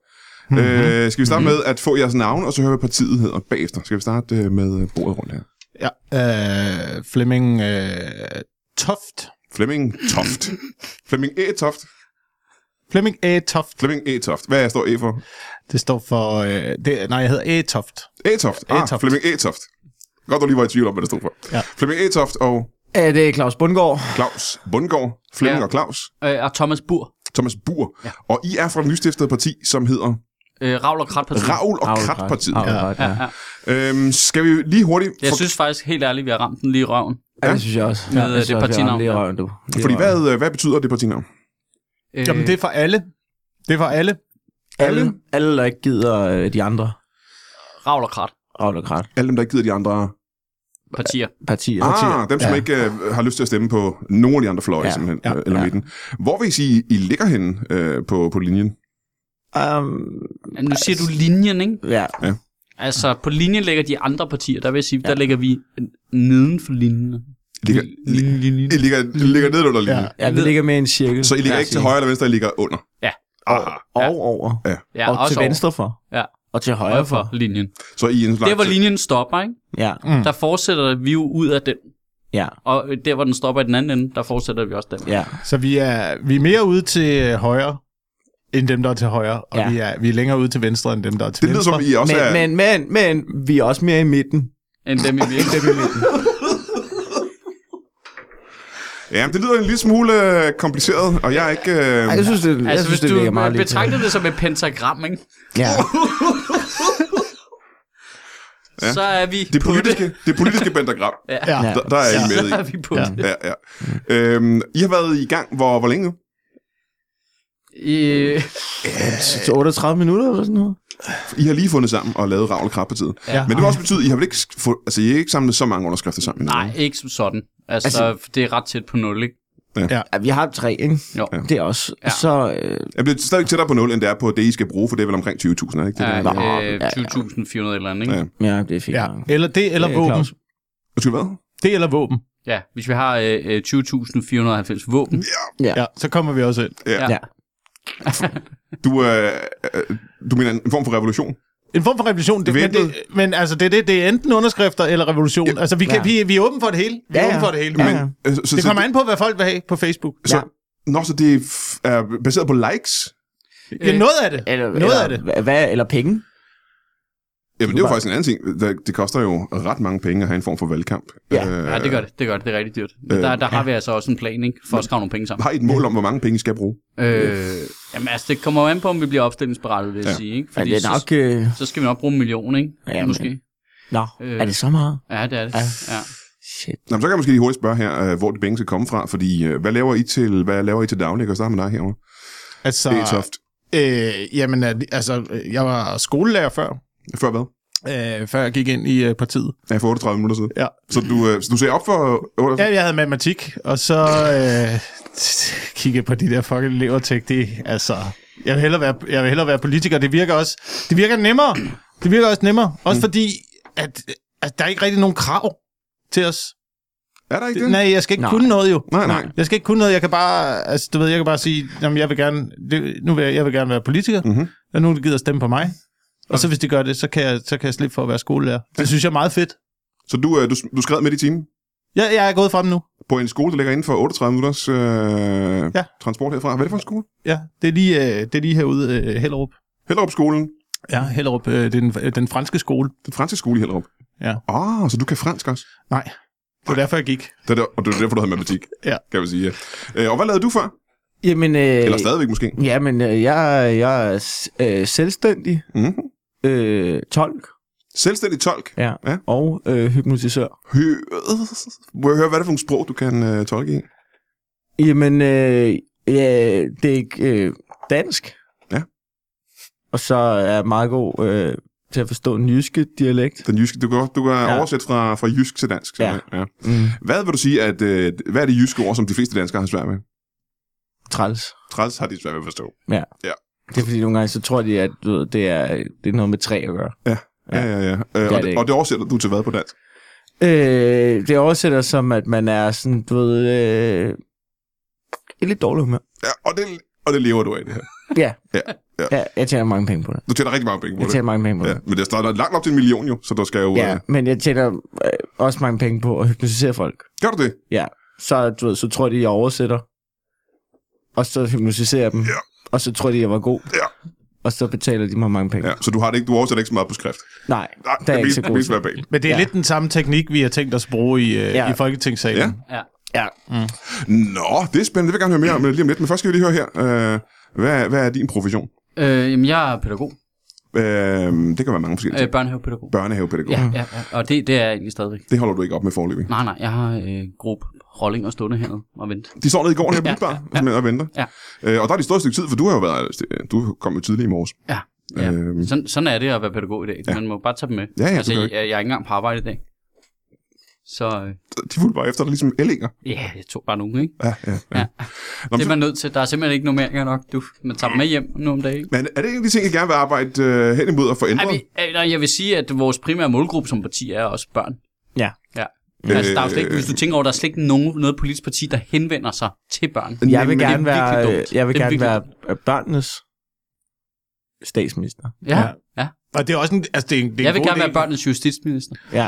A: Mm-hmm. Øh, skal vi starte med at få jeres navn, og så høre, hvad partiet hedder bagefter? Skal vi starte øh, med øh, bordet rundt her?
D: Ja. Øh, Flemming øh, Toft.
A: Flemming Toft. Flemming E. Toft.
D: Flemming A. Toft.
A: Flemming E. Toft. Hvad står E for?
D: Det står for... Øh, det, nej, jeg hedder A. Toft.
A: E. Toft. Ah,
D: Toft.
A: Flemming E. Toft. Godt, du lige var i tvivl om, hvad det stod for. Ja.
D: Ja.
A: Flemming E. Toft og
C: Er det Claus Bundgaard?
A: Claus Bundgaard. Flemming ja.
B: Ja.
A: og Claus.
B: Øh, og Thomas Bur.
A: Thomas Bur. Ja. Og I er fra det nystiftede parti, som hedder
B: Øh, Ravl og Kratparti.
A: Ravl og Kratpartiet.
C: Krat. Raul, ja. ja.
A: Øhm, skal vi lige hurtigt...
B: Jeg
A: for-
B: synes faktisk helt ærligt, vi har ramt den lige i røven.
C: ja, det synes jeg også.
B: Med,
C: Ja,
B: øh,
C: jeg synes
B: det
C: også, vi
B: partinavn,
C: ramte lige i
B: ja.
C: røven, du. Lige i
A: Fordi
C: røven.
A: hvad, øh, hvad betyder det partinavn?
B: Øh,
D: Jamen, det er for alle. Det er for alle.
C: Alle, alle der ikke gider øh, de andre
B: Ravl og Krat
C: autokrat
A: Alle dem, der ikke gider de andre
B: partier.
C: partier.
A: Ah, dem, som ja. ikke øh, har lyst til at stemme på nogen af de andre fløje, ja.
C: Ja,
A: simpelthen, ja.
C: ja,
A: eller
C: ja.
A: midten. Hvor vil I sige, I ligger henne øh, på, på linjen?
C: Um,
B: Ja, Nu siger du linjen, ikke?
C: ja.
B: Altså, på linjen ligger de andre partier. Der vil jeg sige, ja. der ligger vi neden for linjen.
A: I ligger,
B: Linjen, linjen.
A: I ligger, I ligger ned under linjen.
C: ja, vi ligger med en cirkel.
A: Ja. Så I ligger ja, ikke til højre eller venstre, I ligger under. Ah,
B: Ja.
A: Aha.
C: Og
B: Ja.
C: over.
B: Ja,
C: og til
B: over.
C: venstre for.
B: Ja.
C: Og til højre
B: Højre
C: for.
B: for linjen.
A: Så I er en slags...
B: Der, hvor linjen stopper, ikke?
C: Ja,
D: Mm.
B: Der fortsætter vi jo ud af den.
C: ja,
B: Og øh, der, hvor den stopper i den anden ende, der fortsætter vi også den.
C: ja.
D: Så vi er, vi er mere ude til øh, højre, end dem, der er til højre. Og
C: Ja.
D: ja. vi, er, vi er længere ude til venstre, end dem, der er til
A: Det lyder
D: venstre.
A: som, I også
C: Men,
A: er...
C: men, men, men, vi er også mere i midten.
B: End dem i virkeligheden.
A: Ja, men det lyder en lille smule øh, kompliceret, og jeg er ikke... Øh,
C: Ej, jeg synes, det, jeg
B: Altså, hvis
C: synes, det ligger
B: du
C: meget
B: meget
C: lidt.
B: betragter det som et pentagram, ikke?
C: Ja.
A: Ja.
B: ja. så er vi
A: det,
B: på
A: politiske, det politiske pentagram,
D: Ja.
A: der, der er I
B: det.
A: med
B: Så
A: i.
B: er vi på det.
A: Ja, ja. Øhm, I har været i gang, hvor, hvor længe nu?
B: Øh,
C: Så 38 minutter eller sådan noget.
A: I har lige fundet sammen og lavet Ravl Krab på tiden.
B: Ja.
A: Men det vil også betyde, at I har vel ikke, sk- få, altså, I har ikke samlet så mange underskrifter sammen? endnu,
B: nej, ikke som sådan. Altså, altså, det er ret tæt på nul, ikke?
C: Ja, vi har tre, ikke?
B: Jo. Ja.
C: Det er også.
B: Ja.
C: Ja. Så øh,
A: Jeg bliver stadig tættere på 0, end det er på det, I skal bruge, for det er vel omkring 20.000, er det ikke? Det,
B: Ja,
A: der?
B: øh, 20.400 eller andet, ikke?
A: Ja.
B: Ja.
C: ja, det er fint.
D: ja.
C: Ja.
D: Eller det, eller
C: Ja,
D: våben.
C: Claus.
A: Undskyld, hvad?
D: Det eller våben.
B: ja, hvis vi har øh, øh, 20.490 våben,
D: Ja, så kommer vi også ind.
A: Du, øh, øh, du mener en form for revolution?
D: En form for revolution, det, men, det,
A: Ventet.
D: men altså, det, er det, det er enten underskrifter eller revolution. Ja. Altså, vi, kan, ja.
C: Ja.
D: vi, vi er åben for det hele. Vi er
C: Ja, ja.
D: åben for det hele.
C: Ja,
D: Men
C: ja.
A: Øh, så,
D: det
A: så-
D: kommer an på, hvad folk vil have på Facebook.
A: Så, ja. Nå, så det er f- er baseret på likes?
D: Ja, noget af det.
C: Eller,
D: noget
C: eller,
D: af det.
C: hva- Hvad, eller penge.
A: Jamen, det er jo faktisk en anden ting. Det, det koster jo ret mange penge at have en form for valgkamp.
C: Ja.
A: øh,
B: ja, det gør det, det gør det, det er rigtig dyrt. Men
A: Øh,
B: der, der har vi altså også en plan, ikke? For at skrave nogle penge sammen.
A: Har I et mål om, hvor mange penge I skal bruge?
B: Øh, jamen altså, det kommer jo an på, om vi bliver opstillingsberettet, vil jeg
A: Ja.
B: ja. sige, ikke?
C: Men det er
B: så,
C: nok... Øh,
B: så skal vi nok bruge en million, ikke?
C: Ja,
B: Ja,
C: men-
B: Måske.
C: nå,
B: Øh.
C: øh. er det så meget?
B: Ja, det er det. Ja.
C: Shit.
A: Nå, men så kan jeg måske lige hurtigt spørge her, øh, hvor de penge skal komme fra, fordi øh, hvad laver I til, hvad laver I til daglig? Jeg kan starte med dig herovre.
D: Altså,
A: Det er toft.
D: øh, jamen, at- altså, øh, jeg var skolelærer før,
A: Før hvad?
D: øh, før jeg gik ind i øh, partiet.
A: Ja, for 38 minutter siden.
D: Ja.
A: Så du, øh, så du ser op for... Øh,
D: Ja, jeg havde matematik, og så øh, kiggede på de der fucking elever og tænkte, det, er- altså, jeg vil, hellere være, jeg vil hellere være politiker. Det virker også, det virker nemmere. Det virker også nemmere. Også fordi, at, at der er ikke rigtig nogen krav til os.
A: er der ikke det?
D: Det, nej, jeg skal ikke
C: Nej.
D: kunne noget jo.
A: Nej, nej.
D: Jeg skal ikke kunne noget. Jeg kan bare, altså, du ved, jeg kan bare sige, jamen, jeg vil gerne, det, nu vil jeg, jeg vil gerne være politiker.
A: Mhm.
D: Der er nogen, der gider at stemme på mig. Og så hvis de gør det, så kan jeg, så kan jeg slippe for at være skolelærer. Det synes jeg er meget fedt.
A: Så du, øh, du, du skred midt i timen
D: Jeg, jeg er gået frem nu.
A: på en skole, der ligger inden for 38 minutters øh, ja.
D: Ja.
A: transport herfra. Hvad er det for en skole?
D: Ja, det er lige, øh, det er lige herude, øh, Hellerup.
A: Hellerup skolen.
D: Ja, Hellerup, øh, det er den, øh, den franske skole.
A: Den franske skole i Hellerup.
D: Ja.
A: Åh, oh, så du kan fransk også?
D: Nej, det var derfor, jeg gik.
A: Det er der, og det er derfor, du havde matematik,
D: Ja.
A: kan man sige. Ja. Øh, og hvad lavede du før?
C: Jamen, øh,
A: Eller stadigvæk måske?
C: jamen øh, jeg, jeg er s- øh, selvstændig
A: Mm-hmm.
C: øh, tolk
A: Selvstændig tolk.
C: ja.
A: Ja.
C: Ja. og øh, hypnotisør.
A: Hø- Må jeg høre, hvad er det for nogle sprog, du kan øh, tolke i?
C: Jamen, øh, ja, det er ikke øh, dansk.
A: Ja.
C: Og så er jeg meget god øh, til at forstå den jyske dialekt.
A: Den jyske, du kan, du kan ja.
C: Ja.
A: oversætte fra, fra jysk til dansk. simpelthen. Ja.
C: Mm.
A: Hvad vil du sige, at, øh, hvad er det jyske ord, som de fleste danskere har svært med?
C: Træls.
A: Træls har de svært ved at forstå.
C: Ja.
A: Ja.
C: Det er fordi, nogle gange, så tror de, at du ved, det, er, det er noget med træ at gøre.
A: Ja, ja, ja. Øh, og,
C: det
A: det,
C: ikke.
A: og det oversætter du til hvad på dansk?
C: Øh, det oversætter som, at man er sådan, du ved, øh, i lidt dårlig humør.
A: Ja, og, det, og det lever du af, det her.
C: Ja.
A: Ja, ja.
C: ja. Jeg tjener mange penge på det.
A: Du tjener rigtig mange penge på
C: Jeg
A: det.
C: tjener mange penge på
A: Ja,
C: det.
A: men det er stadig langt op til en million jo, så der skal jo...
C: Ja,
A: Øh,
C: men jeg tjener øh, også mange penge på at hypnotisere folk.
A: gør du det?
C: Ja. Så, du ved, så tror de, jeg oversætter. Og så hypnotiserer jeg dem.
A: Ja.
C: Og så tror de, jeg var god.
A: Ja.
C: Og så betaler de mig mange penge.
A: Ja, så du, har det ikke, du oversætter ikke så meget på skrift.
C: Nej,
A: Nej,
C: det er jeg ikke så god
A: mest
C: til.
A: verbalt.
D: Men det er ja.
C: Ja.
D: lidt den samme teknik, vi har tænkt os at bruge i, øh, ja.
C: Ja.
D: i Folketingssalen.
A: Ja.
D: Ja.
B: Ja.
A: Nå, det er spændende. Det vil jeg gerne høre mere om øh, lige om lidt. Men først skal vi lige høre her. Øh, hvad, hvad er din profession?
B: Øh, jamen, jeg er pædagog.
A: Øh, det kan være mange forskellige
B: Øh,
A: ting.
B: børnehavepædagog.
A: Børnehavepædagog.
B: Ja,
A: Ja.
B: ja, ja, og det, det er jeg egentlig stadigvæk.
A: Det holder du ikke op med forløbig.
B: Nej, nej, jeg har øh, gruppe rolling og stående hernede og vent.
A: De står nede i gården her på Lydbar, ja, ja, ja. og venter.
B: Ja.
A: Øh, og der er de stået et stykke tid, for du har jo været... øh, Du kom jo tidligt i morges.
B: Ja, ja.
A: Øhm.
B: Sådan, sådan er det at være pædagog i dag. Ja. Man må bare tage dem med.
A: Ja, ja,
B: altså,
A: det gør
B: jeg, jeg er ikke engang på arbejde i dag. Så øh,
A: De fulgte bare efter dig, ligesom ællinger.
B: ja, jeg tog bare nogen, ikke?
A: Ja, ja, ja. Nå,
B: Ja. Det
A: men,
B: er
A: man...
B: man nødt til. Der er simpelthen ikke normeringer nok. Du, man tager dem med hjem nogle dage, ikke?
A: men er det en af de ting, jeg gerne vil arbejde øh, hen imod og forændre?
B: Ej, vi, ej, nej, jeg vil sige, at vores primære målgruppe som parti er også børn.
C: Ja.
B: ja. Altså, der er jo slet ikke,
A: Øh.
B: hvis du tænker over, der er slet ikke nogen, noget politisk parti, der henvender sig til børn.
C: Jeg vil
B: det er
C: gerne
B: virkelig
C: være, øh,
B: dumt.
C: jeg vil
B: Det er
C: gerne
B: virkelig
C: være øh, børnenes statsminister.
B: Ja,
D: Ja.
B: ja. ja.
D: Og det er også en, altså, det er en, det er
B: Jeg
D: en
B: vil
D: god
B: gerne
D: idé.
B: være børnenes justitsminister.
C: Ja.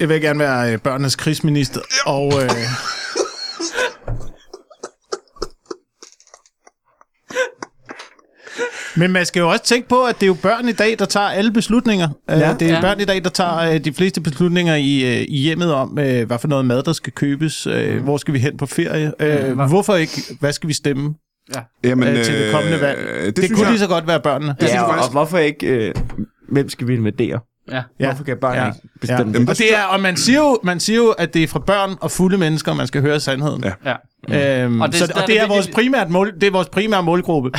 D: Jeg vil gerne være øh, børnenes krigsminister. Og, øh, Men man skal jo også tænke på, at det er jo børn i dag, der tager alle beslutninger. Ja. Det er
B: Ja.
D: ja. børn i dag, der tager øh, de fleste beslutninger i, øh, i hjemmet om, øh, hvad for noget mad, der skal købes, øh, hvor skal vi hen på ferie, øh, hvorfor ikke, hvad skal vi stemme
A: Jamen,
D: øh, til det kommende valg.
A: øh,
D: Det, det
A: synes
D: kunne jeg...
A: jeg-
D: lige så godt være børnene.
A: synes
C: Ja, og,
A: faktisk-
C: og hvorfor ikke... Øh, hvem skal vi invadere?
B: Ja.
D: Ja.
C: Hvorfor kan børn
D: Ja.
C: ikke bestemme
A: Jamen,
C: det?
A: der
D: Og,
A: synes
D: det er, og man, siger jo, man siger jo, at det er fra børn og fulde mennesker, man skal høre sandheden.
A: Ja.
B: ja.
D: Ja. Øhm,
B: Og
D: og
B: det-
D: det, så,
B: der er
D: og
B: det
D: det, er vores
B: virkelig-
D: primært mål, det er vores primære målgruppe.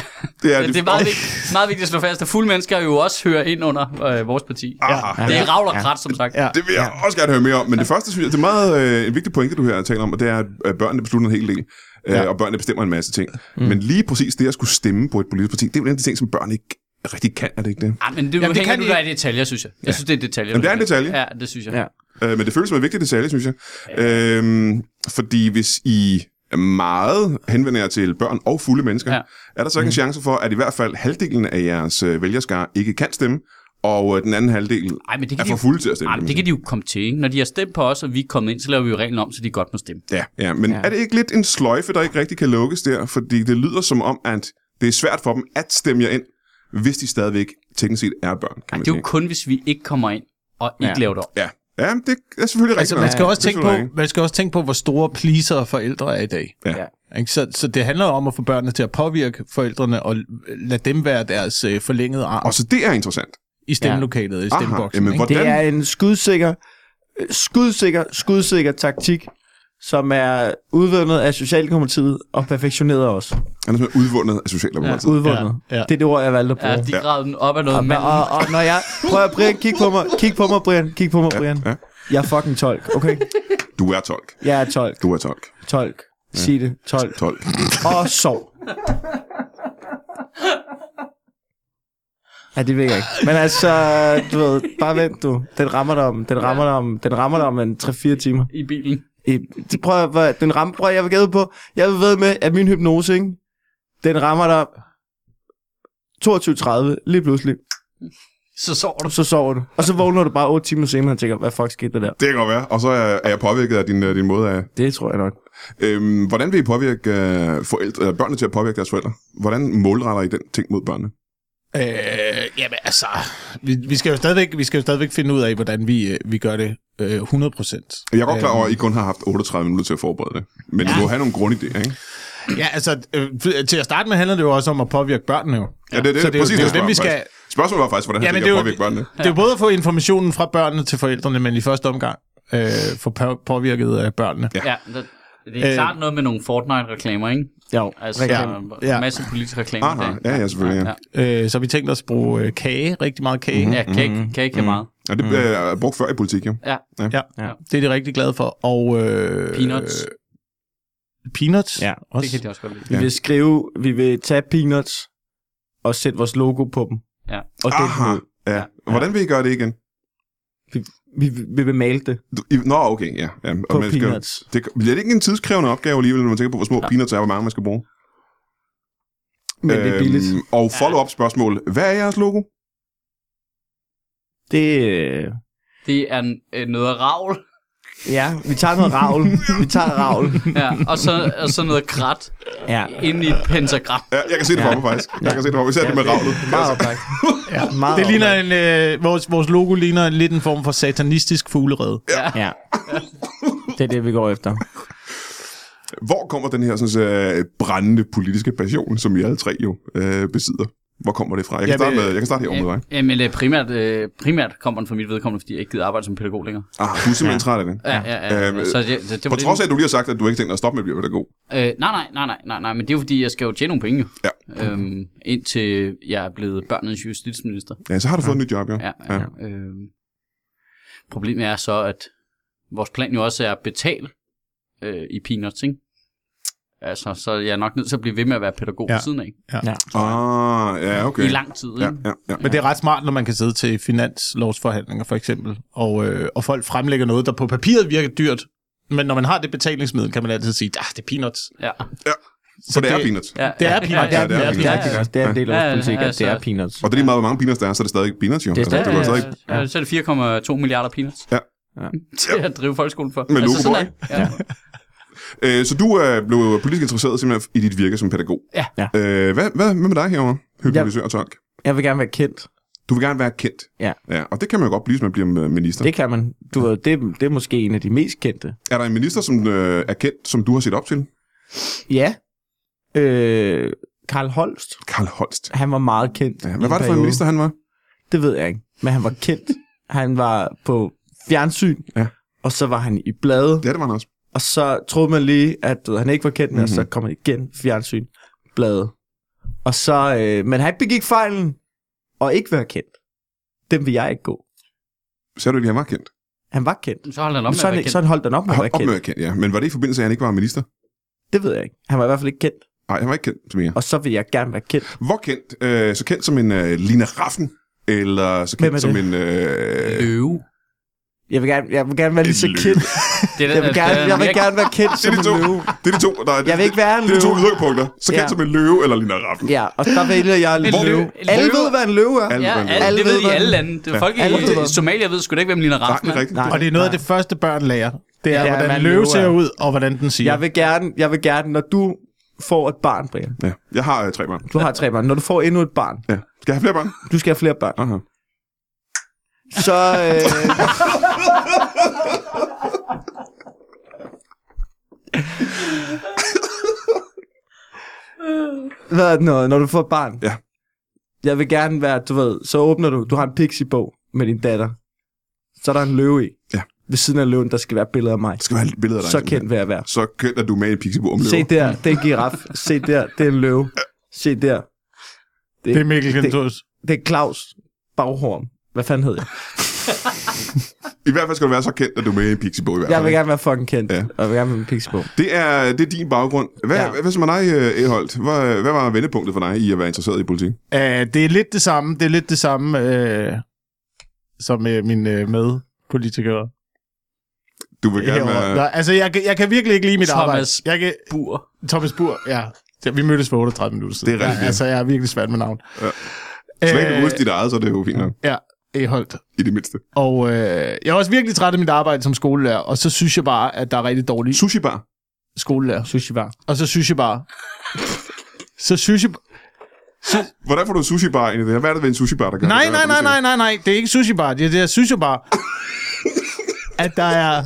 A: det er,
B: Men det er meget vigtigt, meget vigtigt at slå fast, at fulde mennesker jo også hører ind under øh, vores parti.
A: Aha.
B: Det er ravl og krat, som sagt.
D: Ja.
A: Det vil jeg også gerne høre mere om, men det første, synes jeg, det er meget øh, en vigtig pointe, du her taler om, og det er, at øh, børnene beslutter en hel del, øh, ja. og børnene bestemmer en masse ting. Mm. Men lige præcis det at skulle stemme på et politisk parti, det er jo en af de ting, som børn ikke rigtig kan, er det ikke det?
B: Ej, men det, Jamen,
D: Jamen,
B: det
D: det
B: hænger
D: kan
B: du
D: de
B: der i detaljer, synes jeg. Jeg synes, det er detaljer.
A: Jamen, det er en
B: du siger.
A: detalje.
B: Ja, det synes jeg.
C: Ja.
A: Øh, men det føles som en vigtig detalje, synes jeg. Ja. Øhm, fordi hvis I meget henvender jer til børn og fulde mennesker,
B: Ja.
A: ja. er der så ikke mm. en chance for, at i hvert fald halvdelen af jeres øh, vælgerskare ikke kan stemme, og øh, den anden halvdel
B: Ej, men det
A: er
B: kan,
A: for
B: de jo,
A: fulde til at stemme?
B: ej,
A: kan
B: men
A: man sige.
B: det kan de jo komme til, ikke? Når de har stemt på os, og vi er kommet ind, så laver vi jo reglen om, så de godt må stemme.
A: Ja, ja men ja. er det ikke lidt en sløjfe, der ikke rigtig kan lukkes der? Fordi det lyder som om, at det er svært for dem at stemme jer ind, hvis de stadigvæk teknisk set er børn, kan
B: Ej,
A: man
B: det er jo
A: sige.
B: kun, hvis vi ikke kommer ind og ikke ja. laver det om.
A: Ja. ja, men det er selvfølgelig
D: Altså,
A: rigtigt.
D: man skal,
A: nok.
D: også
A: Det er
D: tænke
A: selvfølgelig
D: på, man skal også tænke på, hvor store pleaser forældre er i dag.
A: Ja.
D: Ikke? Så, så det handler jo om at få børnene til at påvirke forældrene, og lade dem være deres øh, forlængede arm
A: rigtigt. Og så det er interessant.
D: i stemmelokalet, i
A: Aha,
D: stemmeboksen.
A: jamen,
D: ikke?
A: hvordan?
C: Det er en skudsikker, øh, skudsikker, skudsikker taktik, som er udvundet af Socialdemokratiet og perfektioneret også.
A: Han er simpelthen udvundet af Socialdemokratiet.
C: Udvundet.
D: Ja, ja.
C: Det er det ord, jeg valgte at bruge.
B: Ja, de gravede den op af noget
C: Og,
B: mand.
C: og, og når jeg... Prøv at, Brian, kig på mig. Kig på mig, Brian. Kig på mig, Brian.
A: ja.
C: Jeg er fucking tolk, okay?
A: Du er tolk.
C: Jeg er tolk.
A: Du er tolk.
C: Tolk. Sig det. Tolk.
A: Tolk.
C: Og sov. Ja, det ved jeg ikke. Men altså, du ved, bare vent du. Den rammer dig om, den rammer dig om, den rammer dig om en 3-4 timer.
B: i bilen.
C: I, det prøv, at- hvad- den rammer, prøv, at- jeg vil gæde på, jeg vil ved med, at min hypnose, ikke? den rammer dig 22.30, lige pludselig,
B: Så sover du.
C: så sover du. Og så vågner du bare 8 timer senere og tænker, hvad fuck skete der der?
A: Det kan godt være. Og så er, er jeg påvirket af din, øh, din måde af...
C: Det tror jeg nok.
A: Øhm, hvordan vil I påvirke øh, forældre, øh, børnene til at påvirke deres forældre? Hvordan målretter I den ting mod børnene?
D: Øh, jamen altså, vi, vi, skal jo stadigvæk, vi skal jo stadigvæk finde ud af, hvordan vi, øh, vi gør det øh, 100%.
A: Jeg er godt klar over, at I kun har haft 38 minutter til at forberede det. Men ja. I må have nogle grundidéer, ikke?
D: Ja, altså, øh, f- til at starte med handler det jo også om at påvirke børnene jo.
A: Ja, det, det,
D: Så
A: det, det, præcis,
D: jo,
A: det,
D: det er jo dem, vi skal...
A: Spørgsmålet var faktisk, hvordan ja,
D: Ja, men
A: han
D: det er
A: tænker
D: jo-
A: at påvirke børnene.
D: Det er jo både at få informationen fra børnene til forældrene, men i første omgang øh, få på- påvirket af børnene.
A: Ja.
B: Ja, det, det er
D: Øh.
B: klart noget med nogle Fortnite-reklamer, ikke?
C: Jo,
B: Altså,
D: Ja.
B: ja.
D: Ja.
B: masse politiske reklamer.
A: Aha,
B: i dag.
A: Ah, ja, ja, selvfølgelig, ja.
D: Øh, så vi tænkte os at bruge øh, kage, rigtig meget kage.
C: Mhm.
B: Ja, kan ikke, kan ikke have meget.
A: Og det blev mm. brugt før i politik, jo.
B: Ja,
D: Ja,
C: Ja.
D: ja. det er de rigtig glade for. Og, øh,
B: Peanuts.
D: Peanuts?
C: Ja,
B: det kan
D: også.
B: de også godt lide.
C: Vi vil skrive, vi vil tage peanuts og sætte vores logo på dem.
B: Ja.
C: Og det,
A: Aha, ja. Hvordan vil I gøre det igen?
C: vi, vi vil male det
A: Du, I, nå, okay, ja. ja. og
C: på
A: man skal-
C: peanuts.
A: Det bliver det ikke en tidskrævende opgave alligevel, når man tænker på, hvor små ja. peanuts er, hvor mange man skal bruge? Øhm,
C: Men det er billigt.
A: og follow-up spørgsmål. Hvad er jeres logo?
C: Det, øh,
B: Det er en- øh, noget ravl,
C: ja, vi tager noget ravl. Vi tager ravl.
B: ja, og, så, og så noget krat
C: Ja.
B: inde i et pentagram.
A: Ja, jeg kan se det for mig, faktisk. Jeg kan se det for mig, især ja, det med ravlet.
C: Meget oplagt. Ja, meget
D: Det ligner en, øh, vores, vores logo ligner lidt en form for satanistisk fuglerede.
C: oplagt. Ja. Det er det, vi går efter.
A: Hvor kommer den her sådan, uh, brændende politiske passion, som I alle tre jo uh, besidder? Hvor kommer det fra? Jeg kan,
D: Ja,
A: starte,
D: men-
A: med, jeg kan starte herovre med dig.
B: Ja, men øh, primært, øh, primært kommer den fra mit vedkommende, fordi jeg ikke gider arbejde som pædagog længere.
A: Ah, du er simpelthen ja. træt af det.
B: Ja, Øh, ja, ja.
A: Øhm,
B: så det, så det
A: På
B: var
A: trods af,
B: det.
A: at du lige har sagt, at du ikke tænker dig at stoppe med at blive pædagog.
B: Øh, nej, nej, nej, nej, nej, nej, men det er jo fordi, jeg skal jo tjene nogle penge, jo.
A: Ja.
B: Øhm, indtil jeg er blevet børnenes justitsminister.
A: Ja, så har du fået ja. et nyt job, jo.
B: Ja, ja. ja. Øh, problemet er så, at vores plan jo også er at betale øh, i peanuts, ikke? Altså, så jeg er nok nødt til at blive ved med at være pædagog ja.
D: Ja.
B: siden af.
A: Ah, ja, okay.
B: I lang tid, ikke?
A: Ja, ja, ja.
D: Men det er ret smart, når man kan sidde til finanslovsforhandlinger for eksempel, og, øh, og folk fremlægger noget, der på papiret virker dyrt, men når man har det betalingsmiddel, kan man altid sige, ah, det er peanuts.
B: Ja.
A: Så det er
D: det-
A: peanuts.
B: Ja.
D: Det er peanuts.
A: Ja, det er peanuts.
D: peanuts.
C: Det er rigtig godt. Det er en del af
B: Ja,
C: vores politik,
B: ja,
C: at det er
B: så-
C: peanuts.
A: Og det er lige meget, hvor mange peanuts der er, så er det stadig peanuts, jo.
C: Det er
A: altså,
C: stadig-
A: det var stadig...
B: ja, ja. Så er det 4,2 milliarder peanuts.
A: Ja.
C: Ja.
B: Til at drive folkeskolen for.
A: Med
B: altså,
A: logo på,
B: sådan er- ja.
A: Øh, så du øh, blev politisk interesseret simpelthen i dit virke som pædagog.
B: Ja.
C: Ja.
A: Øh, hvad, hvad, hvad med dig herovre, hypnotisør og tolk.
C: Jeg vil gerne være kendt.
A: Du vil gerne være kendt.
C: Ja.
A: ja. Og det kan man jo godt blive, hvis man bliver øh, minister.
C: Det kan man. Du ved, det, det er måske en af de mest kendte.
A: Er der en minister, som øh, er kendt, som du har set op til?
C: Ja. Øh, Karl Holst,
A: Karl Holst.
C: han var meget kendt.
A: Ja,
C: i
A: hvad var det for en
C: periode.
A: minister, han var?
C: Det ved jeg ikke. Men han var kendt. Han var på fjernsyn.
A: Ja.
C: Og så var han i blade.
A: Ja, det var han også.
C: Og så troede man lige, at du ved, han ikke var kendt,
A: Mhm.
C: mm-hmm. og så kom han igen fjernsyn, bladet. Og så, øh, men han begik fejlen og ikke være kendt. Den vil jeg ikke gå.
A: Sagde du ikke, han var kendt?
C: Han var kendt.
B: Så holder han op
C: Men
B: med
C: så,
B: at
C: han,
B: være
C: ikke- så
B: kendt.
C: han holdt den op med at
A: Hold
C: være
A: op med at
C: kendt.
A: være kendt, ja. Men var det i forbindelse med, at han ikke var minister?
C: Det ved jeg ikke. Han var i hvert fald ikke kendt.
A: Nej, han var ikke kendt som mere.
C: Og så vil jeg gerne være kendt.
A: Hvor kendt? Øh, så kendt som en øh, Lina Raffen? Eller så
C: Hvem er
A: kendt som
C: det?
A: en... Øh,
B: Løve.
C: Jeg vil gerne, jeg vil gerne være lige så
A: En løve.
C: kendt.
B: Det er,
C: Jeg vil gerne, jeg vil gerne være kendt
A: det
C: som
A: er de
C: en
A: to.
C: løve.
A: Det er de to, der er,
C: Jeg vil ikke være en
A: det er de to
C: løve.
A: yderpunkter. Så kendt
C: Ja.
A: som en løve eller Lina Raffen.
C: Ja, og der vælger jeg
B: En
C: løve.
B: løve.
C: løve.
B: En
C: Alle
B: løve.
C: ved, hvad en løve er.
A: Alle
B: Ja,
A: var en løve.
B: alle, det
C: Alle
B: ved
C: ved,
B: i alle
C: hvad-
B: lande. Det er
A: Ja.
B: folk
C: Alle ved,
B: i
C: hvad-
B: Somalia ved sgu da ikke, hvem Lina
A: Nej,
B: Raffen
A: det er
B: er.
A: rigtigt.
C: Nej.
D: Og det er noget af det første, børn lærer. Det er,
C: Ja,
D: hvordan
C: man
D: en løve
C: løver.
D: ser ud, og hvordan den siger.
C: Jeg vil gerne, jeg vil gerne, når du får et barn, Brian.
A: Ja. Jeg har øh, tre børn.
C: Du har tre børn. Når du får endnu et barn,
A: Ja. Skal jeg have flere børn?
C: du skal have flere børn.
A: Aha.
C: Så, øh, hvad er det noget, når du får et barn?
A: Ja.
C: Jeg vil gerne være, du ved, så åbner du, du har en pixiebog med din datter. Så er der en løve i.
A: Ja.
C: Ved siden af løven, der skal være billeder af mig.
A: Det skal være et billede af dig.
C: Så
A: simpelthen.
C: kendt vil jeg være.
A: Så kendt, at du er med i en pixiebo om
C: Se
A: løver.
C: der, det er en giraf. Se der, det er en løve. Se der,
D: det er Mikkel Kentus.
C: det er Claus Baghorn. Hvad fanden hed jeg?
A: I hvert fald skal du være så kendt, at du er med i en pixiebo i hvert fald.
C: Jeg vil gerne være fucking kendt,
A: Ja.
C: ja. og jeg vil gerne være en pixiebog.
A: Det er, det er din baggrund. Hvad, ja.
C: Ja.
A: hvad som er dig, øh, Eholt? Hvad, hvad var vendepunktet for dig i at være interesseret i politik?
D: Uh, det er lidt det samme, det er lidt det samme øh, som øh, min øh, medpolitikere.
A: Du vil gerne være...
D: herovre. Nå, altså, jeg, kan- jeg kan virkelig ikke lide mit
B: Thomas
D: arbejde. Jeg kan,
B: Bur.
D: Thomas Bur, ja. Ja, Vi mødtes for 38 minutter siden.
A: Det er rigtigt,
D: Ja,
A: ja.
D: altså, jeg er virkelig svært med navn.
A: Ja.
D: Øh,
A: Så længe du husker dit eget, så er det jo fint nok.
D: Ja, Eholt.
A: I det mindste.
D: E. Og øh, jeg er også virkelig træt af mit arbejde som skolelærer, og så synes jeg bare, at der er rigtig dårlige
A: Sushi bar.
D: skolelærer. Sushi bar. Og så synes jeg bare... så synes jeg...
A: Hvordan får du sushi bar ind i det her? Hvad er det ved en sushi bar, der gør
D: Nej,
A: det?
D: nej, nej, nej, nej, nej. Det er ikke sushi bar. Det er det, jeg synes jo bare, at der er...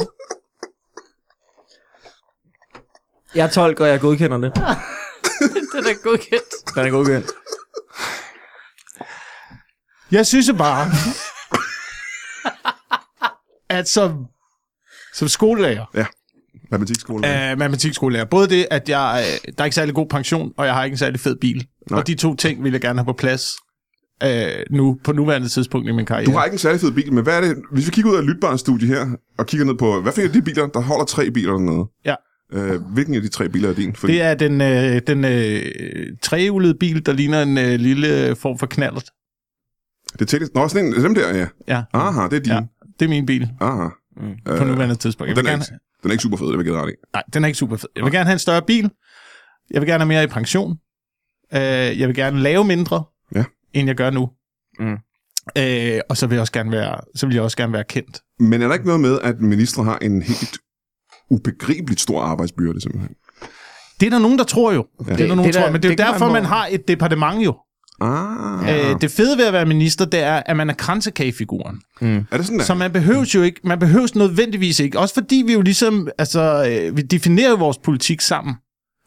C: Jeg er tolk, og jeg godkender det.
B: Det er da godkendt.
C: Den er godkendt.
D: Jeg synes jo bare, at som, som skolelærer,
A: Matematikskole.
D: øh, matematikskolelærer, både det, at jeg, øh, der er ikke særlig god pension, og jeg har ikke en særlig fed bil.
A: Nej.
D: Og de to ting vil jeg gerne have på plads øh, nu, på nuværende tidspunkt i min karriere.
A: Du har ikke en særlig fed bil, men hvad er det? Hvis vi kigger ud af Lytbarns studie her, og kigger ned på, hvad for en af de biler, der holder tre biler dernede?
D: Ja.
A: Øh, hvilken af de tre biler er din? Fordi
D: Det er den, øh, den øh, trehjulede bil, der ligner en øh, lille form for knallert.
A: det er teknisk... Nå, sådan en, dem der, ja.
D: Ja,
A: Aha, det er din.
D: Ja. det er min bil
A: Aha.
D: på nuværende tidspunkt. Jeg
A: Den
D: vil
A: er,
D: gerne,
A: ikke, den er ikke super fed, det vil jeg give dig ret i.
D: nej, den er ikke super fed. Jeg vil gerne have en større bil. Jeg vil gerne have mere i pension. Øh, jeg vil gerne lave mindre,
A: Ja.
D: end jeg gør nu.
C: Mm.
D: Øh, og så vil, jeg også gerne være, så vil jeg også gerne være kendt.
A: Men er der ikke noget med, at ministre har en helt ubegribeligt stor arbejdsbyrde, simpelthen?
D: Det er der nogen, der tror jo. Ja. Det er der nogen,
C: det
D: det,
C: er
D: tror,
C: der-
D: men det er
C: det
D: jo
C: kan
D: derfor,
C: man-
D: man har et departement jo.
A: Ah.
D: Ja. Øh, det fede ved at være minister, det er, at man er kransekagefiguren.
A: er det sådan, der?
D: Så man behøves jo ikke, man behøves nødvendigvis ikke. Også fordi vi jo ligesom, altså, øh, vi definerer jo vores politik sammen.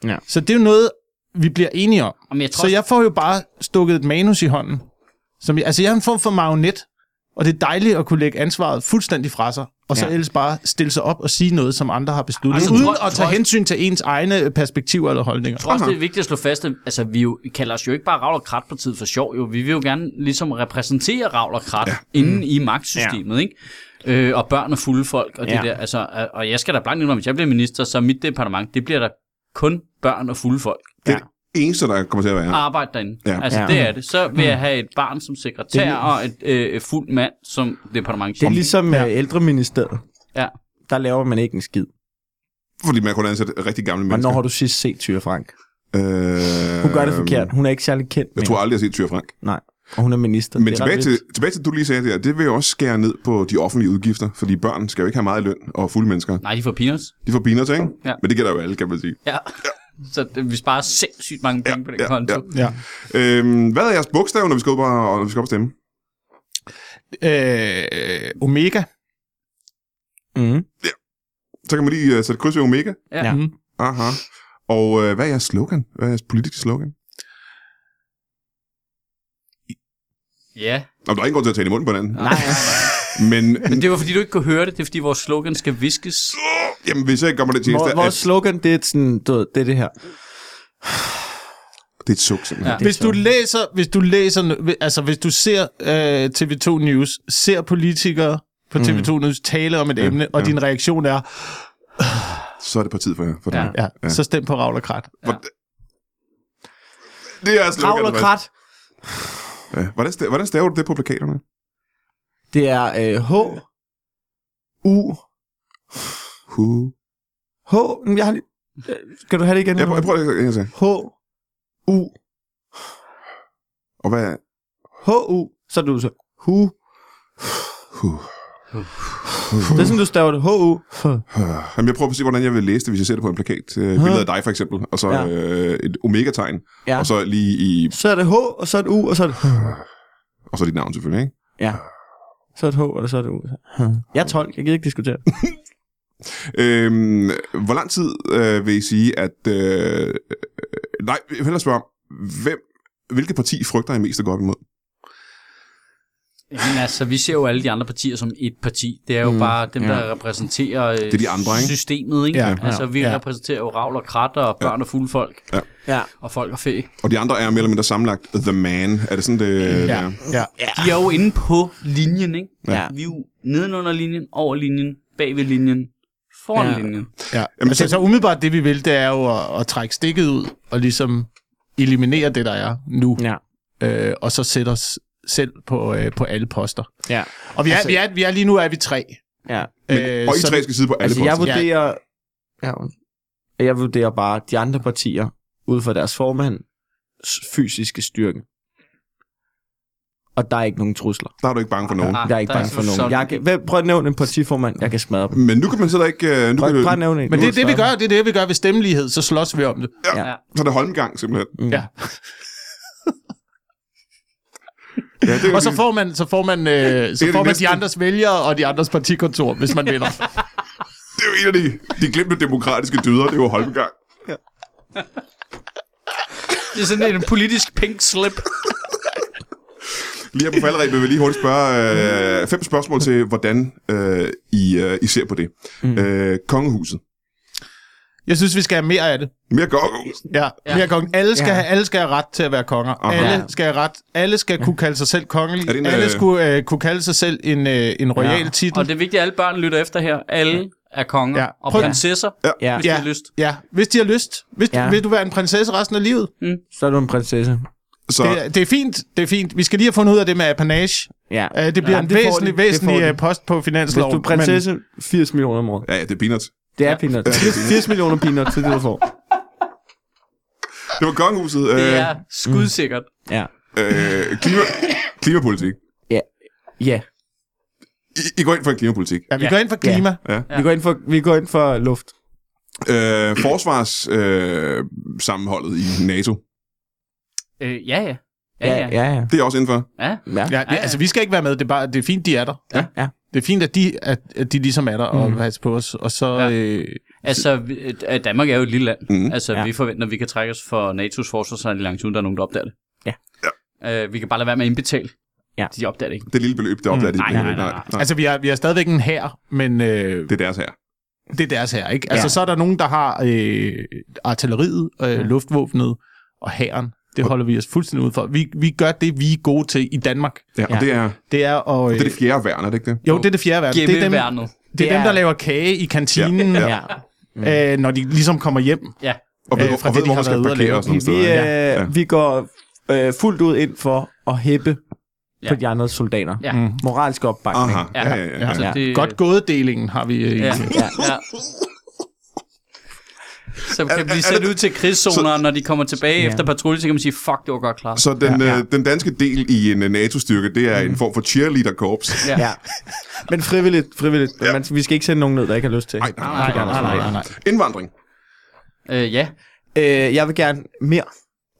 C: Ja.
D: Så det er jo noget, vi bliver enige om.
B: Jamen, jeg tror
D: Så jeg får jo bare stukket et manus i hånden. Som jeg, altså, jeg er en form for marionet, og det er dejligt at kunne lægge ansvaret fuldstændig fra sig, og så ja. ellers bare stille sig op og sige noget, som andre har besluttet,
B: Altså,
D: altså, uden
B: tror-
D: at tage
B: tror-
D: hensyn til ens egne perspektiver eller holdninger.
B: Jeg tror også, det er vigtigt at slå fast, at altså, vi jo, kalder os jo ikke bare Ravl og Krat partiet for sjov. Jo. Vi vil jo gerne ligesom repræsentere Ravl og Krat ja. inde i magtsystemet, ja. ikke? Øh, og børn og fulde folk og ja. det der. Altså, og- og jeg skal da blankt indrømme, hvis jeg bliver minister, så mit departement, det bliver der kun børn og fulde folk.
A: Det er det eneste, der kommer til at være.
D: Ah.
B: Arbejde derinde.
A: Ja.
B: Ja. Altså,
C: Ja.
B: det er det. Så vil jeg have et barn som sekretær og et øh, fuld mand som departement.
C: Det er ligesom ja. ældreministeriet.
B: Ja.
C: Der laver man ikke en skid.
A: Fordi man kun ansætte rigtig gamle mennesker.
C: Hvornår har du sidst set Tyre Frank?
A: øh,
C: Hun gør det forkert. Hun er ikke særlig kendt.
A: Jeg tror aldrig, jeg har set Tyre Frank.
C: Nej, og hun er minister.
A: Men
C: Det er ret
A: tilbage til,
C: vildt.
A: tilbage til, at du lige sagde der, det vil jo også skære ned på de offentlige udgifter, fordi børn skal jo ikke have meget i løn, og fulde mennesker,
B: Nej, de får peanuts.
A: de får peanuts, ikke?
B: Ja.
A: Men det gælder jo alle, kan man sige.
B: Ja. Så det- vi sparer sindssygt mange penge ja, på den
A: ja,
B: ja, konto.
A: ja.
B: Ja.
D: Ja.
A: Øhm, hvad er jeres bogstav, når vi skal op og, når vi skal op og stemme?
D: Øh, Omega.
A: Så kan man lige uh, sætte kryds ved Omega.
B: Ja.
D: Ja.
A: Aha. Og uh, hvad er jeres slogan? Hvad er jeres politiske slogan?
B: ja.
A: Nå, der er ingen grund til at tage i munden på hinanden.
B: Nej.
A: Men,
B: Men det var fordi, du ikke kunne høre det. Det er fordi, vores slogan skal viskes.
A: jamen, hvis jeg ikke gør mig det tjeneste,
C: Vores, vores
A: at
C: slogan, det er sådan, du ved, det er det her.
A: det er et suk, simpelthen.
B: Ja.
D: Hvis du læser, hvis du læser, altså hvis du ser øh, TV2 News, ser politikere på TV2 News tale om et ja, emne, og
A: ja.
D: din reaktion er,
A: Så er det partiet for jer. For ja.
D: ja, ja. så stem på Ravl og Krat.
A: Det er jeres slogan.
C: Kravl og
A: faktisk.
C: krat.
A: Ja. Hvordan, sta- hvordan staver du det på plakaterne?
C: Det er øh, H, U,
A: Hu.
C: H. Men Jeg har lige... Øh, Skal du have det igen?
A: Jeg prøver, jeg prøver det en gang til.
C: H, U,
A: Og hvad er...
C: H, U. Så er du så. Hu.
A: Hu.
C: Det er sådan, du staver det. H, U.
A: Øh, Jamen, jeg prøver at se, hvordan jeg vil læse det, hvis jeg ser det på en plakat. Øh, billede af dig, for eksempel. Og så
C: Ja.
A: øh, et omega-tegn.
C: Ja.
A: Og så lige i...
C: Så er det H, og så er det U, og så er det...
A: Og så dit navn, selvfølgelig, ikke?
C: Ja. Så er det H, og så er det U. Jeg er 12. Jeg gider ikke diskutere.
A: Øhm, hvor lang tid øh, vil I sige, at... Øh, øh, nej, jeg vil hellere spørge om, hvem, hvilket parti frygter I mest at gå op imod?
B: Jamen altså, vi ser jo alle de andre partier som et parti. Det er jo mm, bare dem, der repræsenterer øh,
A: er de andre, ikke?
B: systemet, ikke?
D: Ja,
B: Ja,
D: ja,
B: altså, vi
D: ja.
B: repræsenterer jo ravl og krat og børn og fulde folk.
A: Ja.
C: Ja.
B: Og folk og fæ.
A: Og de andre er mere eller mindre sammenlagt The Man. Er det sådan, det...
D: Ja,
A: det er?
D: ja.
B: De er jo inde på linjen, ikke?
C: Ja.
B: Vi er jo nedenunder linjen, over linjen, bag ved linjen, foran
C: Ja.
B: ja. linjen.
D: ja. Jamen, altså, så umiddelbart det, vi vil, det er jo at, at trække stikket ud, og ligesom eliminere det, der er nu,
C: Ja.
D: øh, og så sætte os selv på, øh, på alle poster.
C: Ja.
D: Og vi er,
C: Altså-
D: altså, vi er, vi er lige nu er vi tre. Øh,
C: Ja.
A: Men, og I
D: så-
A: tre skal sidde på alle
C: Øh, Altså, jeg
A: poster.
C: vurderer... Ja. Jeg vurderer bare de andre partier ud fra deres formands fysiske styrke. Og der er ikke nogen trusler.
A: Der er du ikke bange for nogen.
B: Nej,
C: Jeg er ikke
B: der er
C: bange for nogen.
B: sådan-
C: Jeg kan, hvem, prøv at nævne en partiformand, jeg kan smadre dem.
A: Men nu kan man så da ikke... øh, Nu
C: Prøv,
A: kan,
C: prøv at nævne en.
D: Men det er
C: Nu
D: det, vi
C: smadre
D: gør. Det er det, vi gør ved stemmelighed. Så slås vi om det.
A: så er det holmgang, simpelthen.
C: dem. Mm.
D: Ja.
A: Ja, det er,
D: Og så får man, så får man, øh, så
A: det
D: får man
A: næste.
D: de andres vælgere og de andres partikontor, hvis man vinder.
A: det er jo en af de, de glemte demokratiske dyder, det er jo holmgang.
B: Det er sådan en politisk pink slip.
A: Lige her på faldrebet vil jeg lige hurtigt spørge øh, fem spørgsmål til, hvordan øh, I, øh, I ser på det. Mm. Øh, kongehuset.
D: Jeg synes, vi skal have mere af det.
A: Mere kongehus.
D: Ja,
B: Ja.
D: ja. mere kongen. Alle skal,
C: Ja.
D: ja. have, alle skal have ret til at være konger.
A: Aha.
D: Alle skal have ret. Alle skal kunne kalde sig selv kongelige.
A: Er det en,
D: alle
A: øh,
D: skulle øh, kunne kalde sig selv en, øh, en royal ja. titel.
B: Og det er vigtigt, at alle børn lytter efter her. Alle er konger
D: Ja.
B: og
D: Prøv-
B: prinsesser,
C: Ja,
B: hvis de har lyst.
D: ja, hvis de har lyst. Hvis,
C: Ja.
D: ja. Vil du være en prinsesse resten af livet?
C: så er du en prinsesse.
A: Så
D: Det, er- det er fint, det er fint. Vi skal lige have fundet ud af det med apanage.
C: Ja.
D: Uh, det bliver
C: Ja,
D: en
C: det får
D: væsentlig,
C: de. Det
D: væsentlig
C: får de.
D: øh, post på
C: Hvis
D: finansloven.
C: du er prinsesse, 80 millioner om året.
A: ja, ja, det er peanuts.
C: Det er peanuts. 80 millioner peanuts, det er det, du får.
A: Det var kongehuset. Øh,
B: Det er skudsikkert.
C: Ja.
A: øh, klima, klimapolitik.
C: Ja.
A: I, I går ind for en klimapolitik.
D: Men, ja, vi går ind for klima.
C: Vi går ind for, vi går ind for luft.
A: Øh, forsvars øh, sammenholdet i NATO.
B: Øh, ja, ja. Ja, ja.
C: ja. ja.
A: Det er også indenfor.
B: ja.
D: Ja, det,
B: Ja, ja.
D: altså vi skal ikke være med, det er, bare, det er fint, de er der.
C: Ja. ja.
D: Det er fint, at de, at, at de ligesom er der og mm. passer på os. Og så,
B: Ja.
D: ja. øh,
B: Altså, vi- øh, Danmark er jo et lille land.
A: Mhm.
B: Mm. Altså, ja. vi forventer, at vi kan trække os for NATO's forsvarsalliance, uden der er nogen, der opdager det.
C: Ja.
B: ja. Øh, vi kan bare lade være med at indbetale.
C: Ja.
B: De opdager det ikke.
A: Det lille beløb, det opdager mm,
B: nej, nej, nej, nej.
D: altså vi har, vi har stadigvæk en her, men øh,
A: Det er deres her.
D: det er deres her, ikke? Altså så er der nogen, der har øh, artilleriet, øh, luftvåbnet og hæren. Det holder vi os fuldstændig ud for. Vi, vi gør det, vi er gode til i Danmark.
A: Ja, og
C: Ja.
A: Det, er,
D: Det er at...
A: det er det fjerde værn, er det ikke det?
D: jo, det er det fjerde verden. Det er dem,
B: Gemmeværnet.
D: det er dem
C: Ja.
D: der laver kage i kantinen,
A: Ja.
D: ja.
C: ja.
D: Ja. Øh, når de ligesom kommer hjem.
B: Ja.
A: Og ved,
D: Øh,
A: øh,
D: fra
A: og
D: det,
A: ved
D: de
A: hvor
D: har
A: man skal
D: været ude at
A: parkere
D: lave.
A: og sådan noget sted.
C: Vi, øh,
A: Ja.
C: ja. vi går øh, fuldt ud ind for at hæppe ja. på de andre soldater.
B: Ja.
C: Mm. Moralsk opbakning.
A: Aha, ja, ja, ja. ja.
D: Ja.
B: Det,
D: Godt gådedelingen har vi. Øh,
B: Ja.
D: ja.
B: ja. ja. Så kan vi sætte ud til krigszoner, når de kommer tilbage ja. efter patrulje, så kan man sige, fuck, det var godt klart.
A: Så den, ja, ja. Øh, den danske del i en øh, NATO-styrke, det er mm. en form for cheerleader-korps.
B: Ja.
C: Ja. Ah. Men frivilligt, frivilligt. Ja. Man, vi skal ikke sende nogen ned, der ikke har lyst til.
A: Nej, nej,
B: Nej, nej, nej, nej.
A: Indvandring.
B: Øh, ja.
C: Øh, jeg vil gerne mere
A: Mere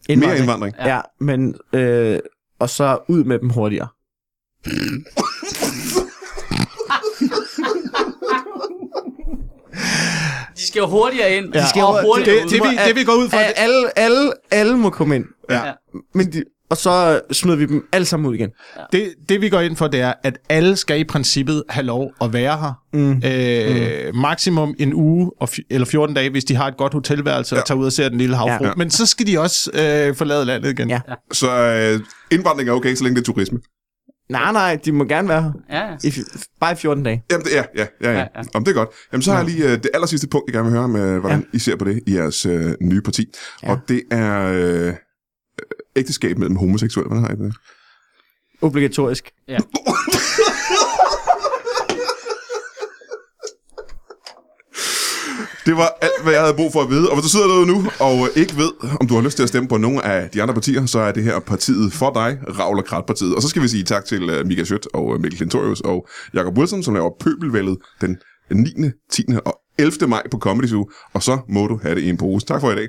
C: indvandring.
A: indvandring.
C: Ja, men... Øh, og så ud med dem hurtigere.
B: De skal jo hurtigere ind, ja. de skal
C: jo-
B: og hurtigere
D: Det,
B: ud.
D: det, vi, det vi går ud fra,
C: Al, alle, alle, alle må komme ind.
B: Ja.
C: Men de, og så øh, smider vi dem alle sammen ud igen.
D: det, det vi går ind for, det er, at alle skal i princippet have lov at være her. Mm. Øh, mm. Maksimum en uge og f- eller 14 dage, hvis de har et godt hotelværelse ja. og tager ud og ser den lille havfru. Ja. Men så skal de også øh, forlade landet igen.
C: Ja.
A: Så øh, indvandring er okay, så længe det er turisme.
C: Nej, nej, de må gerne være her.
B: Ja, ja.
C: I, f- bare i 14 dage.
A: Jamen, det, ja, ja, ja, ja.
B: Ja,
A: ja,
B: ja.
A: ja. Om det er godt. Jamen, så har jeg lige øh, det aller sidste punkt, jeg gerne vil høre om, øh, hvordan ja. I ser på det i jeres øh, nye parti. Ja. Og det er øh, øh, ægteskab mellem homoseksuelle. Hvordan har I det?
C: Obligatorisk.
A: Det var alt, hvad jeg havde brug for at vide. Og hvis du sidder derude nu og øh, ikke ved, om du har lyst til at stemme på nogle af de andre partier, så er det her partiet for dig, Ravl og Kratpartiet. Og så skal vi sige tak til øh, Mika Schødt og øh, Mikkel Klintorius og Jakob Wilson, som laver Pøbelvældet den 9., 10. og 11. maj på Comedy Zoo. Og så må du have det i en pose. Tak for i dag.